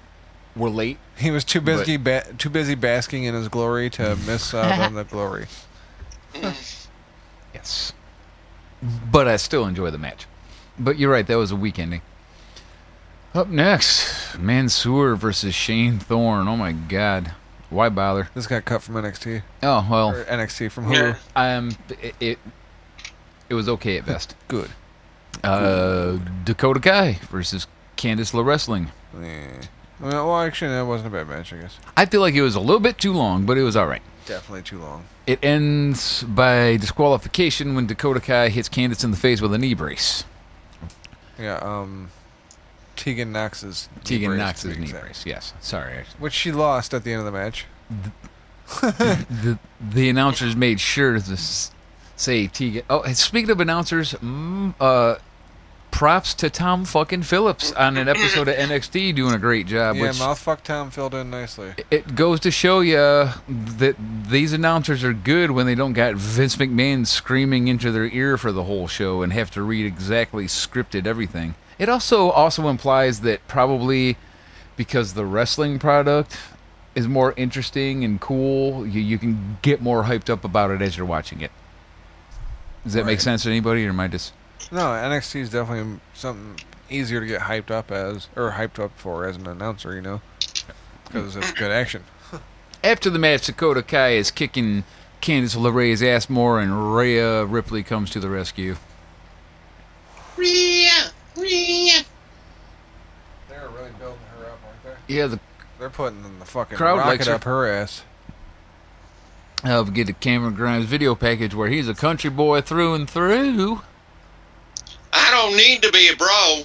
S5: were late.
S7: He was too busy ba- too busy basking in his glory to miss out on the glory.
S5: Yes. But I still enjoy the match. But you're right, that was a weak ending. Up next, Mansoor versus Shane Thorne. Oh my god. Why bother?
S7: This got cut from NXT.
S5: Oh, well.
S7: Or NXT from Hulu.
S5: Yeah. Um, it, it it was okay at best.
S7: Good.
S5: Uh, Dakota Kai versus Candice LeRae Wrestling.
S7: Yeah. I mean, well, actually, that wasn't a bad match, I guess.
S5: I feel like it was a little bit too long, but it was all right.
S7: Definitely too long.
S5: It ends by disqualification when Dakota Kai hits Candice in the face with a knee brace.
S7: Yeah. Um, Tegan Knox's knee
S5: Tegan
S7: brace, to
S5: Knox's
S7: be
S5: knee
S7: exact.
S5: brace. Yes. Sorry,
S7: which she lost at the end of the match.
S5: the the announcers made sure to s- say Tegan. Oh, and speaking of announcers, mm, uh, props to Tom fucking Phillips on an episode of NXT doing a great job.
S7: yeah,
S5: which
S7: mouthfuck Tom filled in nicely.
S5: it goes to show you that these announcers are good when they don't got Vince McMahon screaming into their ear for the whole show and have to read exactly scripted everything. It also also implies that probably because the wrestling product is more interesting and cool, you, you can get more hyped up about it as you're watching it. Does that make sense to anybody, or am I just
S7: No, NXT is definitely something easier to get hyped up as, or hyped up for as an announcer, you know, because it's good action.
S5: After the match, Dakota Kai is kicking Candice LeRae's ass more, and Rhea Ripley comes to the rescue.
S6: Rhea, Rhea.
S7: They're really building her up, aren't they?
S5: Yeah, the
S7: They're putting in the fucking
S5: Crowd
S7: crowd
S5: likes
S7: rocket
S5: her.
S7: up her ass.
S5: I'll get the Cameron Grimes video package where he's a country boy through and through.
S6: I don't need to be a bro.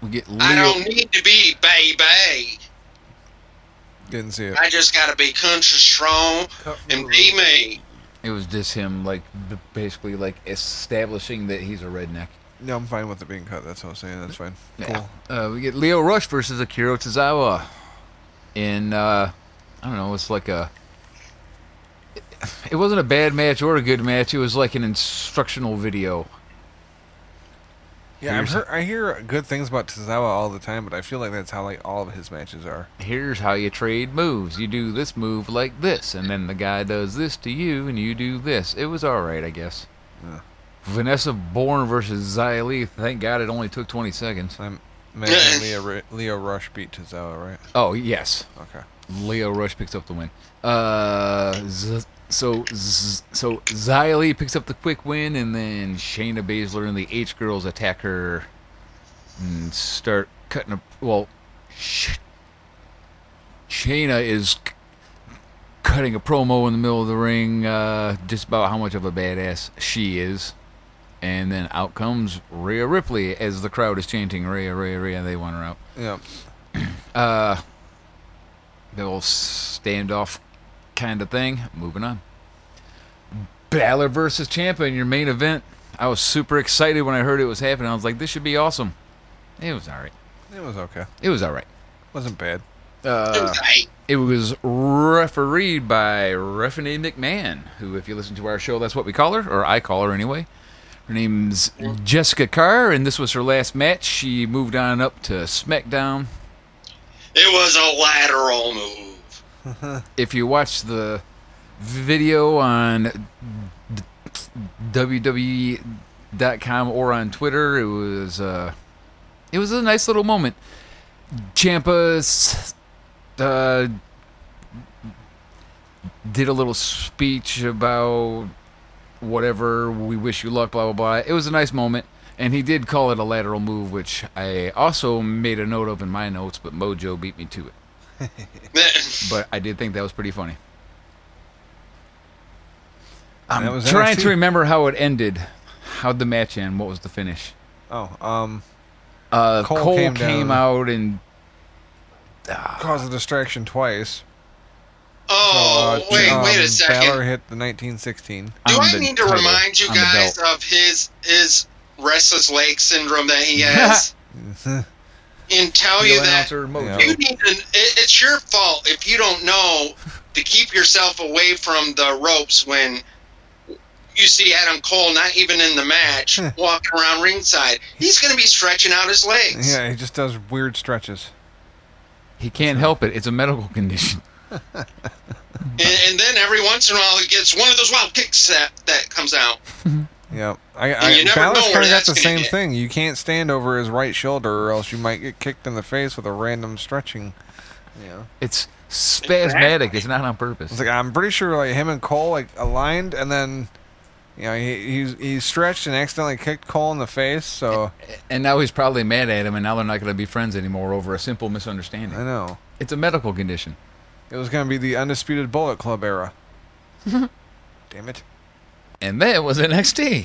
S5: We get Leo.
S6: I don't need to be baby.
S7: Didn't see it.
S6: I just gotta be country strong and be me.
S5: It was just him, like b- basically, like establishing that he's a redneck.
S7: No, I'm fine with it being cut. That's what I'm saying. That's fine. Cool.
S5: Uh, we get Leo Rush versus Akira Tozawa in uh, I don't know. It's like a. It wasn't a bad match or a good match. It was like an instructional video.
S7: Yeah, I'm
S5: Here's-
S7: hear- I hear good things about Tozawa all the time, but I feel like that's how like all of his matches are.
S5: Here's how you trade moves. You do this move like this, and then the guy does this to you, and you do this. It was all right, I guess. Vanessa Bourne versus Xia Li. Thank God it only took 20 seconds.
S7: I'm Imagine Leo, Ru- Leo Rush beat Tozawa, right?
S5: Oh, yes.
S7: Okay.
S5: Leo Rush picks up the win. Uh, z- so z- so Xia Li picks up the quick win, and then Shayna Baszler and the H girls attack her and start cutting up. Well, sh- Shayna is c- cutting a promo in the middle of the ring, uh, just about how much of a badass she is. And then out comes Rhea Ripley as the crowd is chanting Rhea, Rhea, Rhea. They want her out.
S7: Yep.
S5: Uh, the old standoff kind of thing. Moving on. Balor versus Champa in your main event. I was super excited when I heard it was happening. I was like, this should be awesome. It was all right.
S7: It was okay.
S5: It was all right.
S7: Wasn't bad.
S5: Uh, it was refereed by Refney McMahon, who, if you listen to our show, that's what we call her, or I call her anyway. Her name's Jessica Carr, and this was her last match. She moved on up to SmackDown.
S6: It was a lateral move.
S5: if you watch the video on WWE.com or on Twitter, it was uh, it was a nice little moment. Champa's uh, did a little speech about whatever we wish you luck, blah blah blah. It was a nice moment. And he did call it a lateral move, which I also made a note of in my notes, but Mojo beat me to it but I did think that was pretty funny. I'm
S7: That was
S5: trying
S7: NXT.
S5: to remember how it ended. How'd the match end? What was the finish?
S7: Oh, um,
S5: Uh, Cole,
S7: Cole
S5: came,
S7: came down.
S5: out and
S7: caused a distraction twice.
S6: Oh,
S7: So, uh,
S6: wait,
S7: um,
S6: wait a second.
S7: Balor hit the 1916.
S6: Do
S5: on
S6: I
S5: the
S6: need to
S5: title,
S6: remind you
S5: on the
S6: guys
S5: belt.
S6: of his his restless leg syndrome that he has? and tell you
S5: Heel
S6: that
S5: announcer Mojo.
S6: you need to, it, it's your fault if you don't know to keep yourself away from the ropes when you see Adam Cole not even in the match walking around ringside. He's going to be stretching out his legs.
S7: Yeah, he just does weird stretches.
S5: He can't help it. It's a medical condition.
S6: And, and then every once in a while he gets one of those wild kicks that, that comes out.
S7: Yeah, I,
S6: And you
S7: I
S6: never
S7: Balor's
S6: know where
S7: kind of got
S6: that's
S7: the
S6: gonna
S7: same
S6: get.
S7: thing. You can't stand over his right shoulder, or else you might get kicked in the face with a random stretching. Yeah,
S5: It's spasmatic. It's not on
S7: it's
S5: purpose.
S7: like I'm pretty sure like him and Cole like aligned, and then you know he he's, he stretched and accidentally kicked Cole in the face. So
S5: And now he's probably mad at him, and now they're not going to be friends anymore over a simple misunderstanding.
S7: I know
S5: It's a medical condition.
S7: it was gonna be the undisputed Bullet Club era. Damn it!
S5: And that was NXT.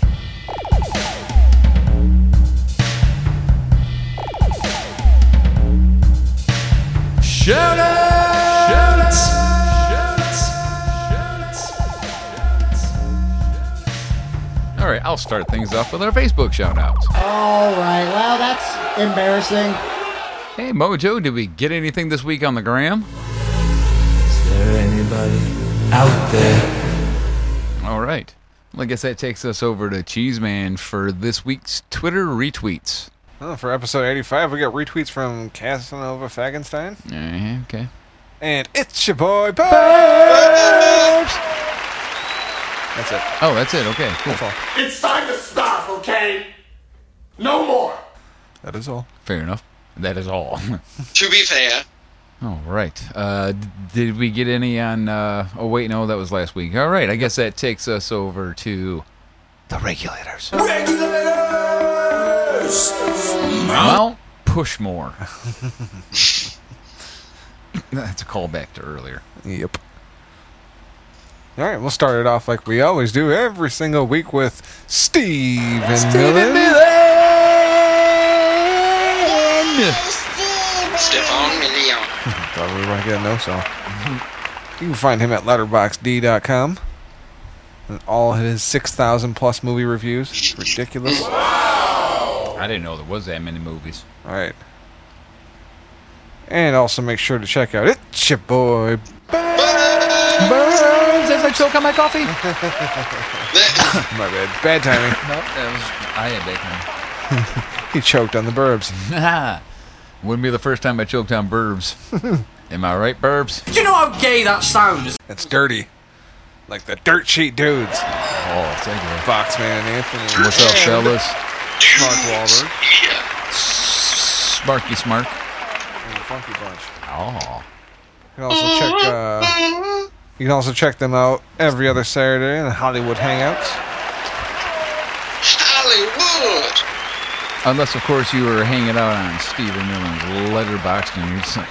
S5: Shout out! All right, I'll start things off with our Facebook shout outs.
S13: All right. Well, that's embarrassing.
S5: Hey, Mojo, did we get anything this week on the gram?
S14: Is there anybody out there?
S5: All right. Well, I guess that takes us over to Cheeseman for this week's Twitter retweets.
S7: Oh, for episode 85, we got retweets from Casanova Fagenstein.
S5: Uh, okay.
S7: And it's your boy, Babs! That's it.
S5: Oh, that's it. Okay, cool.
S7: That's all.
S12: It's time to stop, okay? No more.
S7: That is all.
S5: Fair enough. That is all.
S6: To be fair,
S5: All right. Uh, d- did we get any on? Uh, oh wait, no, that was last week. All right. I guess that takes us over to the regulators.
S12: Regulators!
S5: Mount Pushmore. That's a callback to earlier.
S7: Yep. All right, we'll start it off like we always do every single week with Steve and Millen.
S6: Stephon Leon.
S7: Thought we were going to get a no song. You can find him at letterboxd.com. And all his 6,000 plus movie reviews. It's ridiculous.
S5: I didn't know there was that many movies.
S7: All right. And also make sure to check out It's Your Boy.
S5: Burns as I choke on my coffee.
S7: My bad. Bad timing.
S5: Nope, that was I had bacon.
S7: He choked on the burbs.
S5: Wouldn't be the first time I choked on burbs. Am I right, burbs?
S3: Do you know how gay that sounds?
S7: That's dirty. Like the dirt sheet dudes.
S5: Paul. Oh, Thank you.
S7: Foxman and Anthony.
S5: What's up, fellas?
S7: Mark Wahlberg.
S5: Smarky Smark.
S7: And the Funky Bunch.
S5: Oh.
S7: You can also check. Uh, you can also check them out every other Saturday in the Hollywood Hangouts.
S6: Hollywood.
S5: Unless, of course, you were hanging out on Stephen Millen's letterbox and you're just like,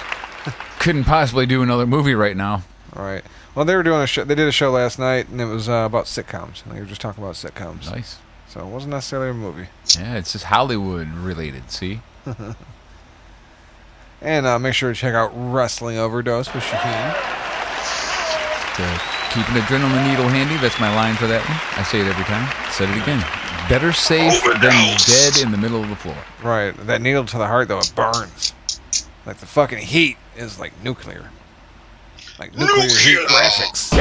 S5: couldn't possibly do another movie right now.
S7: All right. Well, they were doing a show. They did a show last night, and it was uh, about sitcoms. And they were just talking about sitcoms.
S5: Nice.
S7: So it wasn't necessarily a movie.
S5: Yeah, it's just Hollywood related, see?
S7: and uh, make sure to check out Wrestling Overdose with Shaquem.
S5: To keep an adrenaline needle handy. That's my line for that one. I say it every time. Said it again. Better safe than dead in the middle of the floor.
S7: Right. That needle to the heart, though, it burns. Like the fucking heat is like nuclear. Like nuclear heat graphics.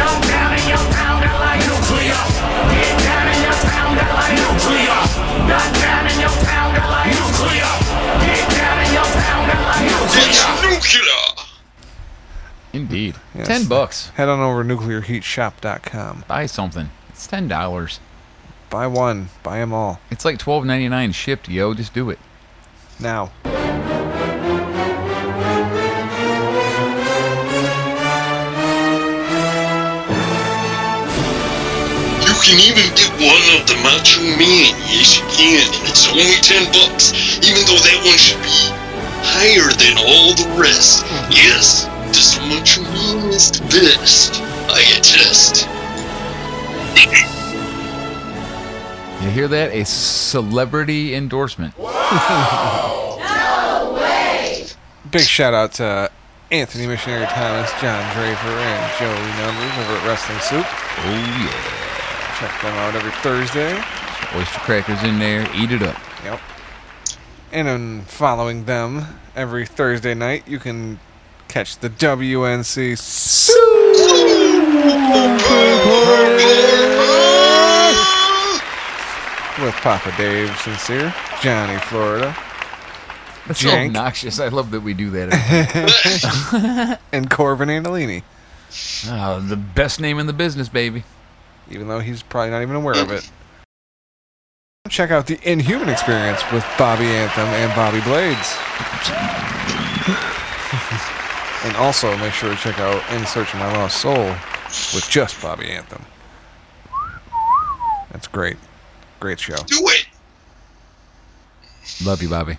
S5: Indeed.
S7: Yes.
S5: Ten bucks.
S7: Head on over to nuclearheatshop.com.
S5: Buy something. It's ten dollars.
S7: Buy one. Buy them all.
S5: It's like twelve ninety nine shipped, yo. Just do it.
S7: Now.
S6: You can even get one of the Macho Man. Yes, you can. And it's only 10 bucks, even though that one should be higher than all the rest. Yes, this Macho Man is the best. I attest.
S5: You hear that? A celebrity endorsement. Oh,
S7: Big shout out to Anthony Missionary Thomas, John Draper, and Joey Numbers over at Wrestling Soup.
S5: Oh
S7: Check them out every Thursday.
S5: yeah. Oyster crackers in there. Eat it up.
S7: Yep. And in following them every Thursday night, you can catch the WNC with Papa Dave Sincere, Johnny Florida,
S5: That's so
S7: Jank.
S5: obnoxious. I love that we do that.
S7: and Corbin Andolini,
S5: oh, the best name in the business, baby.
S7: even though he's probably not even aware of it. Check out the Inhuman Experience with Bobby Anthem and Bobby Blades. and also make sure to check out In Search of My Lost Soul with just Bobby Anthem. That's great. Great show.
S6: Do it.
S5: Love you, Bobby.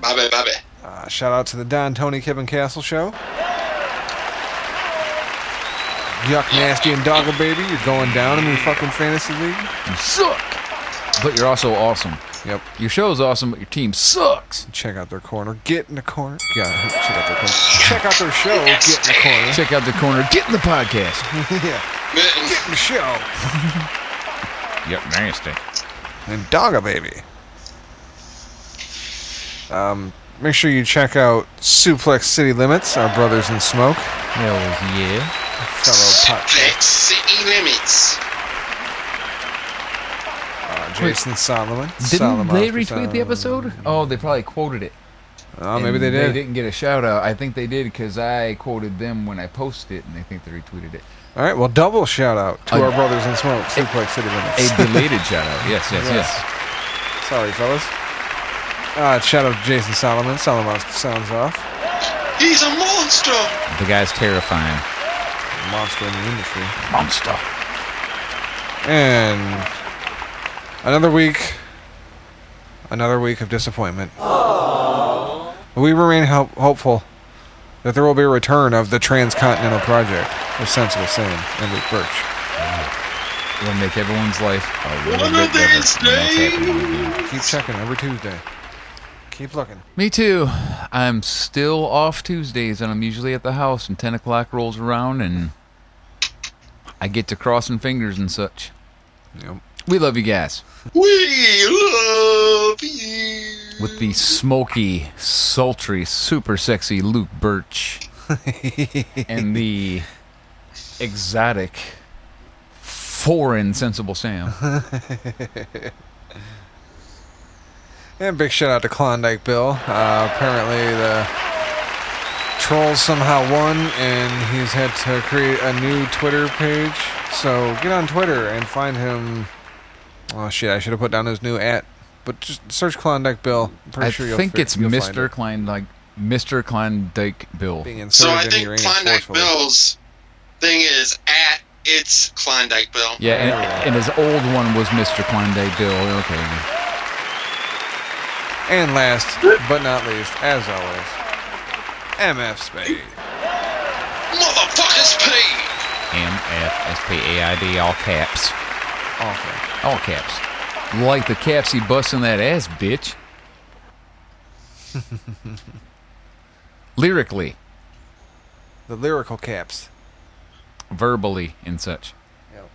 S6: Bye bye, bye bye.
S7: Uh, shout out to the Don Tony Kevin Castle show. Yuck, nasty, and doggle baby. You're going down in the fucking fantasy league.
S5: You suck, but you're also awesome.
S7: Yep.
S5: Your show is awesome, but your team sucks.
S7: Check out their corner. Get in the corner. Yeah, check out their corner. Check out their show. Get in the corner.
S5: Check out the corner. Get in the podcast.
S7: yeah. Get in the show.
S5: Yep, nasty.
S7: and Dogga Baby. Um, make sure you check out Suplex City Limits, our brothers in smoke,
S5: Hell yeah.
S7: fellow pot,
S6: Suplex City Limits.
S7: uh, Jason Solomon.
S5: Didn't
S7: Solomon
S5: they retweet the
S7: Solomon.
S5: episode? Oh, they probably quoted it.
S7: Oh, maybe
S5: And
S7: they
S5: They
S7: did.
S5: didn't get a shout out. I think they did because I quoted them when I posted it, and I think they retweeted it.
S7: All right, well, double shout out to
S5: Uh,
S7: our brothers in smoke, Suplex City Limits.
S5: A belated shout out. Yes, yes, yes.
S7: Sorry, fellas. Uh, shout out to Jason Solomon. Solomon sounds off.
S6: He's a monster.
S5: The guy's terrifying.
S7: Monster in the industry.
S5: Monster.
S7: And another week, another week of disappointment. We remain ho- hopeful that there will be a return of the Transcontinental Project with Sensible Sam and Luke Birch.
S5: It'll make everyone's life a little
S6: One
S5: bit
S6: of
S5: better. and that's
S6: these
S5: happening.
S6: days.
S7: Keep checking every Tuesday. Keep looking.
S5: Me too. I'm still off Tuesdays, and I'm usually at the house. And ten o'clock rolls around, and I get to crossing fingers and such.
S7: Yep.
S5: We love you guys
S6: We love you.
S5: with the smoky, sultry, super sexy Luke Birch and the exotic, foreign sensible Sam.
S7: And big shout out to Klondike Bill. Uh, apparently, the trolls somehow won, and he's had to create a new Twitter page. So get on Twitter and find him. Oh shit! I should have put down his new at, but just search Klondike Bill. I'm pretty
S5: I
S7: sure you'll
S5: think
S7: fi-
S5: it's
S7: you'll find
S5: Mr.
S7: it.
S5: Klondike, Mr. Klondike Bill.
S7: Being
S6: So
S7: inserted
S6: I
S7: into
S6: think
S7: your anus
S6: Klondike
S7: forcefully.
S6: Bill's thing is at it's Klondike Bill.
S5: Yeah, and, and his old one was Mr. Klondike Bill. Okay.
S7: And last but not least, as always, MF Spade.
S6: Motherfuckers paid.
S5: M F S P A I D, all caps.
S7: All caps.
S5: All caps. Like the caps he busting that ass, bitch. Lyrically,
S7: The lyrical caps.
S5: verbally, and such.
S7: Yep.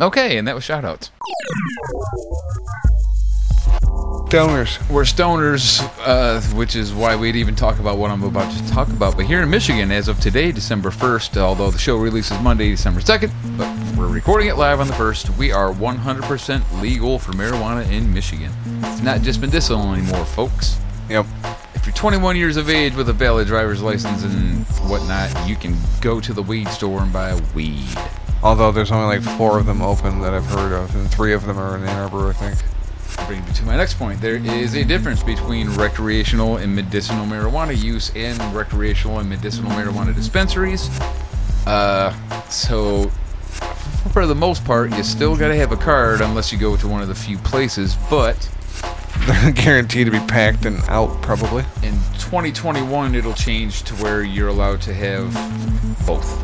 S5: Okay, and that was shoutouts.
S7: Stoners.
S5: We're stoners, uh, which is why we'd even talk about what I'm about to talk about. But here in Michigan, as of today, December 1st, although the show releases Monday, December 2nd, but we're recording it live on the 1st, we are 100% legal for marijuana in Michigan. It's not just medicinal anymore, folks.
S7: Yep.
S5: If you're 21 years of age with a valid driver's license and whatnot, you can go to the weed store and buy weed.
S7: Although there's only like four of them open that I've heard of, and three of them are in Ann Arbor, I think.
S5: Bring me to my next point. There is a difference between recreational and medicinal marijuana use and recreational and medicinal marijuana dispensaries. Uh, so, for the most part, you still got to have a card unless you go to one of the few places, but.
S7: They're guaranteed to be packed and out, probably.
S5: in 2021 it'll change to where you're allowed to have both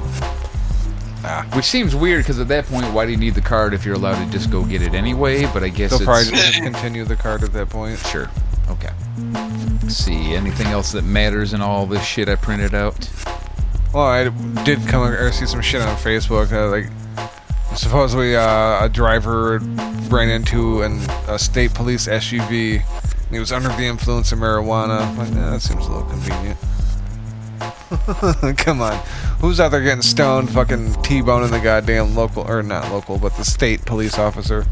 S5: which seems weird because at that point why do you need the card if you're allowed to just go get it anyway but i guess
S7: They'll probably
S5: it's
S7: just continue the card at that point.
S5: Sure. okay Let's see anything else that matters in all this shit i printed out
S7: Well, I did come or see some shit on Facebook. Uh, like, supposedly uh, a driver ran into an, a state police SUV. And he was under the influence of marijuana. I'm like, nah, that seems a little convenient. come on, who's out there getting stoned, fucking t-boning the goddamn local or not local, but the state police officer?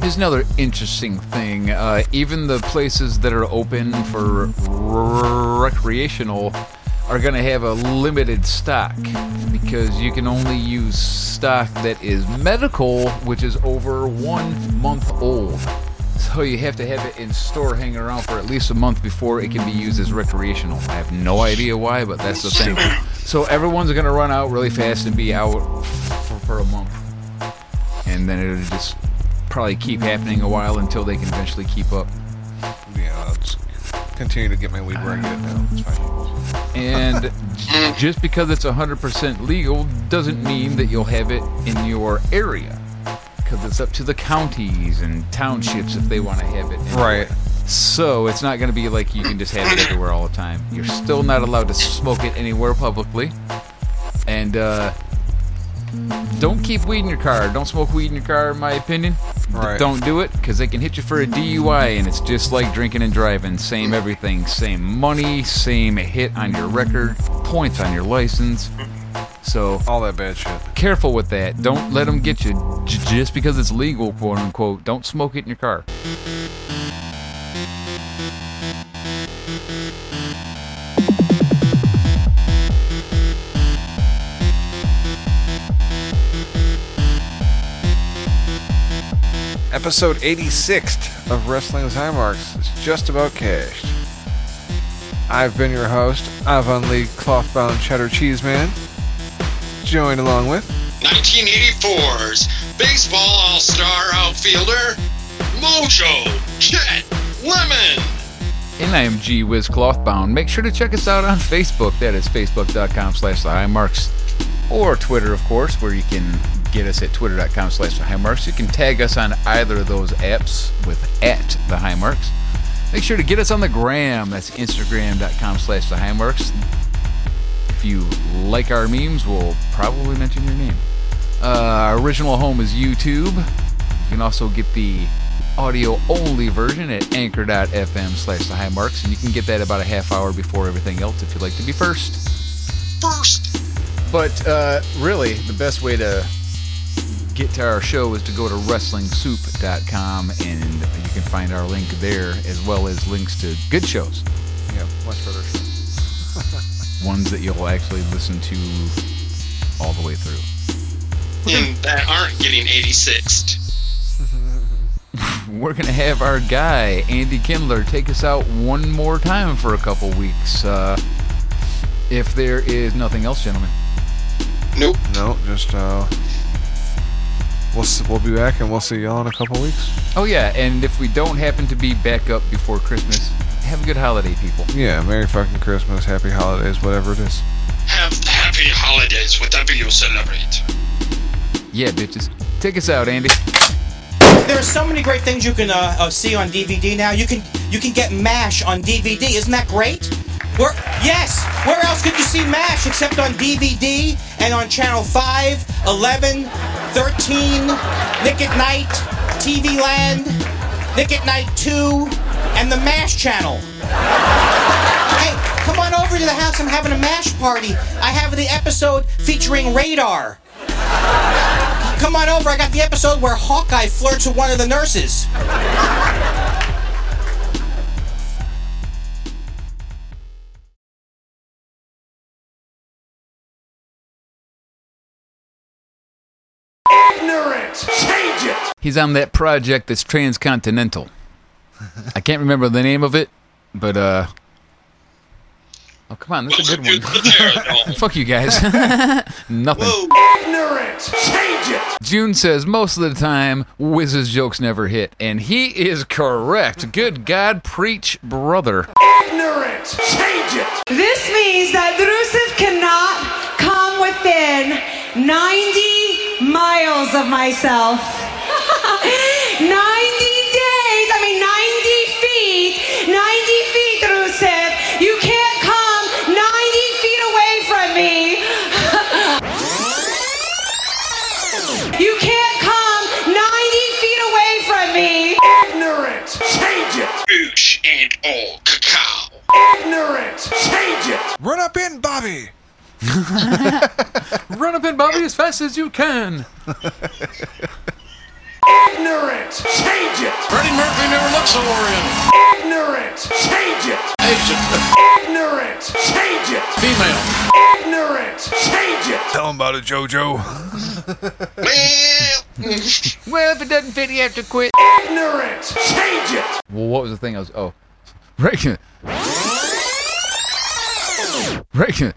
S5: Here's another interesting thing. Uh, even the places that are open for r- recreational are going to have a limited stock because you can only use stock that is medical, which is over one month old. So you have to have it in store, hanging around for at least a month before it can be used as recreational. I have no idea why, but that's the thing. So everyone's going to run out really fast and be out for, for a month and then it'll just probably keep happening a while until they can eventually keep up.
S7: Yeah, I'll just continue to get my weed where I get it now. It's fine.
S5: And j- just because it's 100% legal doesn't mean that you'll have it in your area. Because it's up to the counties and townships if they want to have it. in-
S7: Right.
S5: So it's not going to be like you can just have it everywhere all the time. You're still not allowed to smoke it anywhere publicly. And uh, don't keep weed in your car. Don't smoke weed in your car, in my opinion.
S7: Right.
S5: Don't do it because they can hit you for a DUI, and it's just like drinking and driving. Same everything, same money, same hit on your record, points on your license. So
S7: all that bad shit.
S5: Careful with that. Don't let them get you j- just because it's legal, quote unquote. Don't smoke it in your car.
S7: Episode 86 of Wrestling's High Marks is just about cashed. I've been your host, Avon Lee Clothbound Cheddar Cheese Man. Joined along with
S6: 1984's baseball all-star outfielder Mojo Chet Lemon.
S5: And I am G Wiz Clothbound. Make sure to check us out on Facebook. That is facebook.com slash the high marks. Or Twitter, of course, where you can get us at twitter.com slash the high marks. You can tag us on either of those apps with at the high marks. Make sure to get us on the gram. That's instagram.com slash the high marks. If you like our memes, we'll probably mention your name. Uh, our original home is YouTube. You can also get the audio only version at anchor.fm slash the high marks, and you can get that about a half hour before everything else if you'd like to be first.
S6: First.
S5: But uh, really, the best way to get to our show is to go to WrestlingSoup.com and you can find our link there as well as links to good shows.
S7: Yeah, much better.
S5: Ones that you'll actually listen to all the way through.
S6: and that aren't getting 86ed.
S5: We're going to have our guy, Andy Kindler, take us out one more time for a couple weeks. Uh, if there is nothing else, gentlemen.
S6: Nope.
S7: No, just uh, we'll s- we'll be back and we'll see y'all in a couple weeks.
S5: Oh, yeah, and if we don't happen to be back up before Christmas, have a good holiday, people.
S7: Yeah, Merry fucking Christmas, Happy Holidays, whatever it is.
S6: Have happy holidays, whatever you celebrate.
S5: Yeah, bitches. Take us out, Andy.
S15: There are so many great things you can uh, uh, see on DVD now. You can you can get Mash on DVD. Isn't that great? Where, yes. Where else could you see Mash except on DVD and on Channel 5, 11, 13, Nick at Night, TV Land, Nick at Night 2, and the Mash Channel. Hey, come on over to the house. I'm having a Mash party. I have the episode featuring Radar. Come on over. I got the episode where Hawkeye flirts with one of the nurses.
S12: Ignorant! Change it!
S5: He's on that project that's transcontinental. I can't remember the name of it, but uh. Oh come on, that's a good one. Fuck you guys. Nothing.
S12: Ignorant! Change it!
S5: June says most of the time Wiz's jokes never hit, and he is correct. Good God, preach, brother.
S12: Ignorant! Change it!
S16: This means that Drusev cannot come within 90 miles of myself. 90 days, I mean 90 feet, 90 feet, Drusev. You can't come 90 feet away from me. you can't come 90 feet away from me.
S12: Ignorant! Change it!
S6: Boosh and all cacao.
S12: Ignorant! Change it!
S7: Run up in, Bobby.
S5: Run up in Bobby as fast as you can.
S12: Ignorant! Change it!
S1: Freddie Murphy never looked so oriented.
S12: Ignorant! Change it!
S1: Asian.
S12: Ignorant! Change it!
S1: Female.
S12: Ignorant! Change it!
S7: Tell him about it, JoJo.
S5: well, if it doesn't fit, you have to quit.
S12: Ignorant! Change it!
S5: Well, what was the thing I was? Oh, Reagan. Reagan.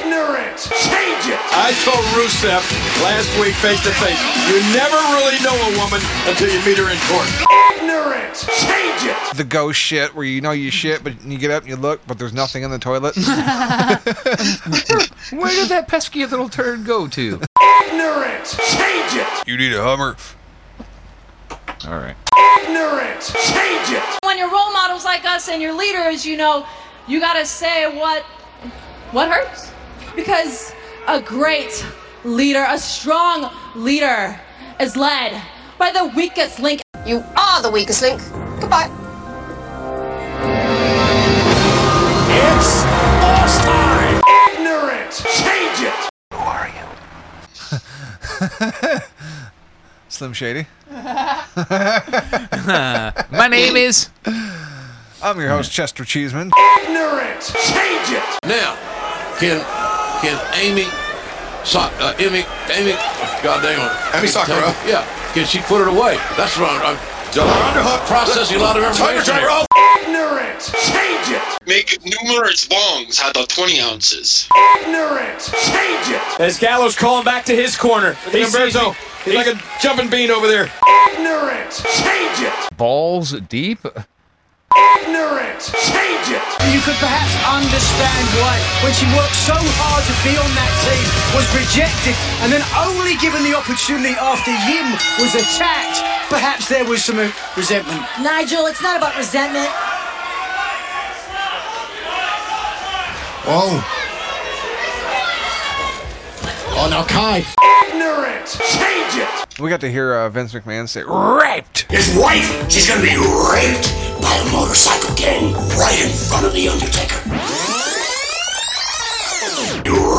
S12: Ignorant! Change it!
S1: I told Rusev last week face to face, you never really know a woman until you meet her in court.
S12: Ignorant! Change it!
S7: The ghost shit where you know you shit, but you get up and you look, but there's nothing in the toilet.
S5: Where did that pesky little turd go to?
S12: Ignorant! Change it!
S7: you need a Hummer.
S5: All right.
S12: Ignorant! Change it!
S16: when your role models like us and your leaders, you know, you gotta say what what hurts. Because a great leader, a strong leader, is led by the weakest link. You are Ah, the weakest link. Goodbye.
S12: It's boss time! Ignorant! Change it!
S7: Slim Shady.
S5: My name is.
S7: I'm your host, Chester Cheeseman.
S12: Ignorant! Change it!
S17: Now, can can Amy, so, uh, Amy, Amy, God damn it,
S1: Amy Sakura.
S17: Take- yeah, can she put it away? That's right. I'm, I'm processing a lot of
S1: Tiger
S17: information.
S1: driver,
S17: here.
S1: oh,
S12: Ignorant! Change it!
S6: Make numerous bongs out of 20 ounces.
S12: Ignorant! Change it!
S3: As Gallows calling back to his corner.
S1: Look at Umberto. He's like a jumping bean over there.
S12: Ignorant! Change it!
S5: Balls deep.
S12: Ignorant! Change it!
S18: You could perhaps understand why, when she worked so hard to be on that team, was rejected and then only given the opportunity after Yim was attacked. Perhaps there was some uh, resentment.
S11: Nigel, it's not about resentment.
S8: Oh.
S18: Oh, now Kai.
S12: Ignorant! Change it!
S7: We got to hear uh, Vince McMahon say, raped.
S12: His wife, she's gonna be raped by a motorcycle gang right in front of The Undertaker.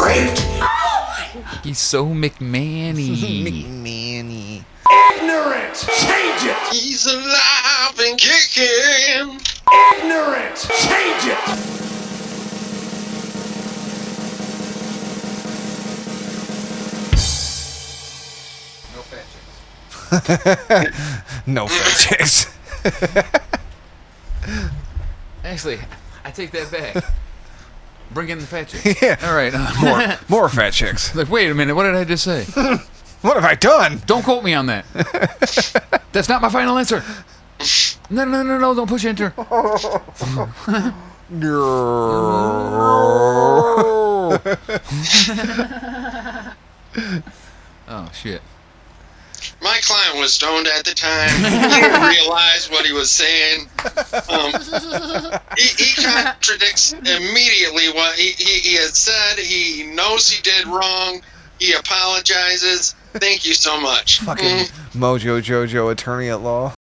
S12: Raped!
S5: He's so McMahony.
S7: Man.
S19: Annie.
S12: Ignorant! Change it!
S6: He's alive and kicking!
S12: Ignorant! Change it!
S7: no fat chicks.
S5: Actually, I take that back. Bring in the fat chicks.
S7: yeah.
S5: All right.
S7: more, more fat chicks.
S5: Like, wait a minute. What did I just say?
S7: what have I done?
S5: Don't quote me on that. That's not my final answer. No, no, no, no. Don't push enter. Oh,
S7: No.
S5: oh, shit.
S6: My client was stoned at the time. He didn't realize what he was saying. Um, he, he contradicts immediately what he, he, he had said. He knows he did wrong. He apologizes. Thank you so much.
S7: Fucking Mojo Jojo attorney at law.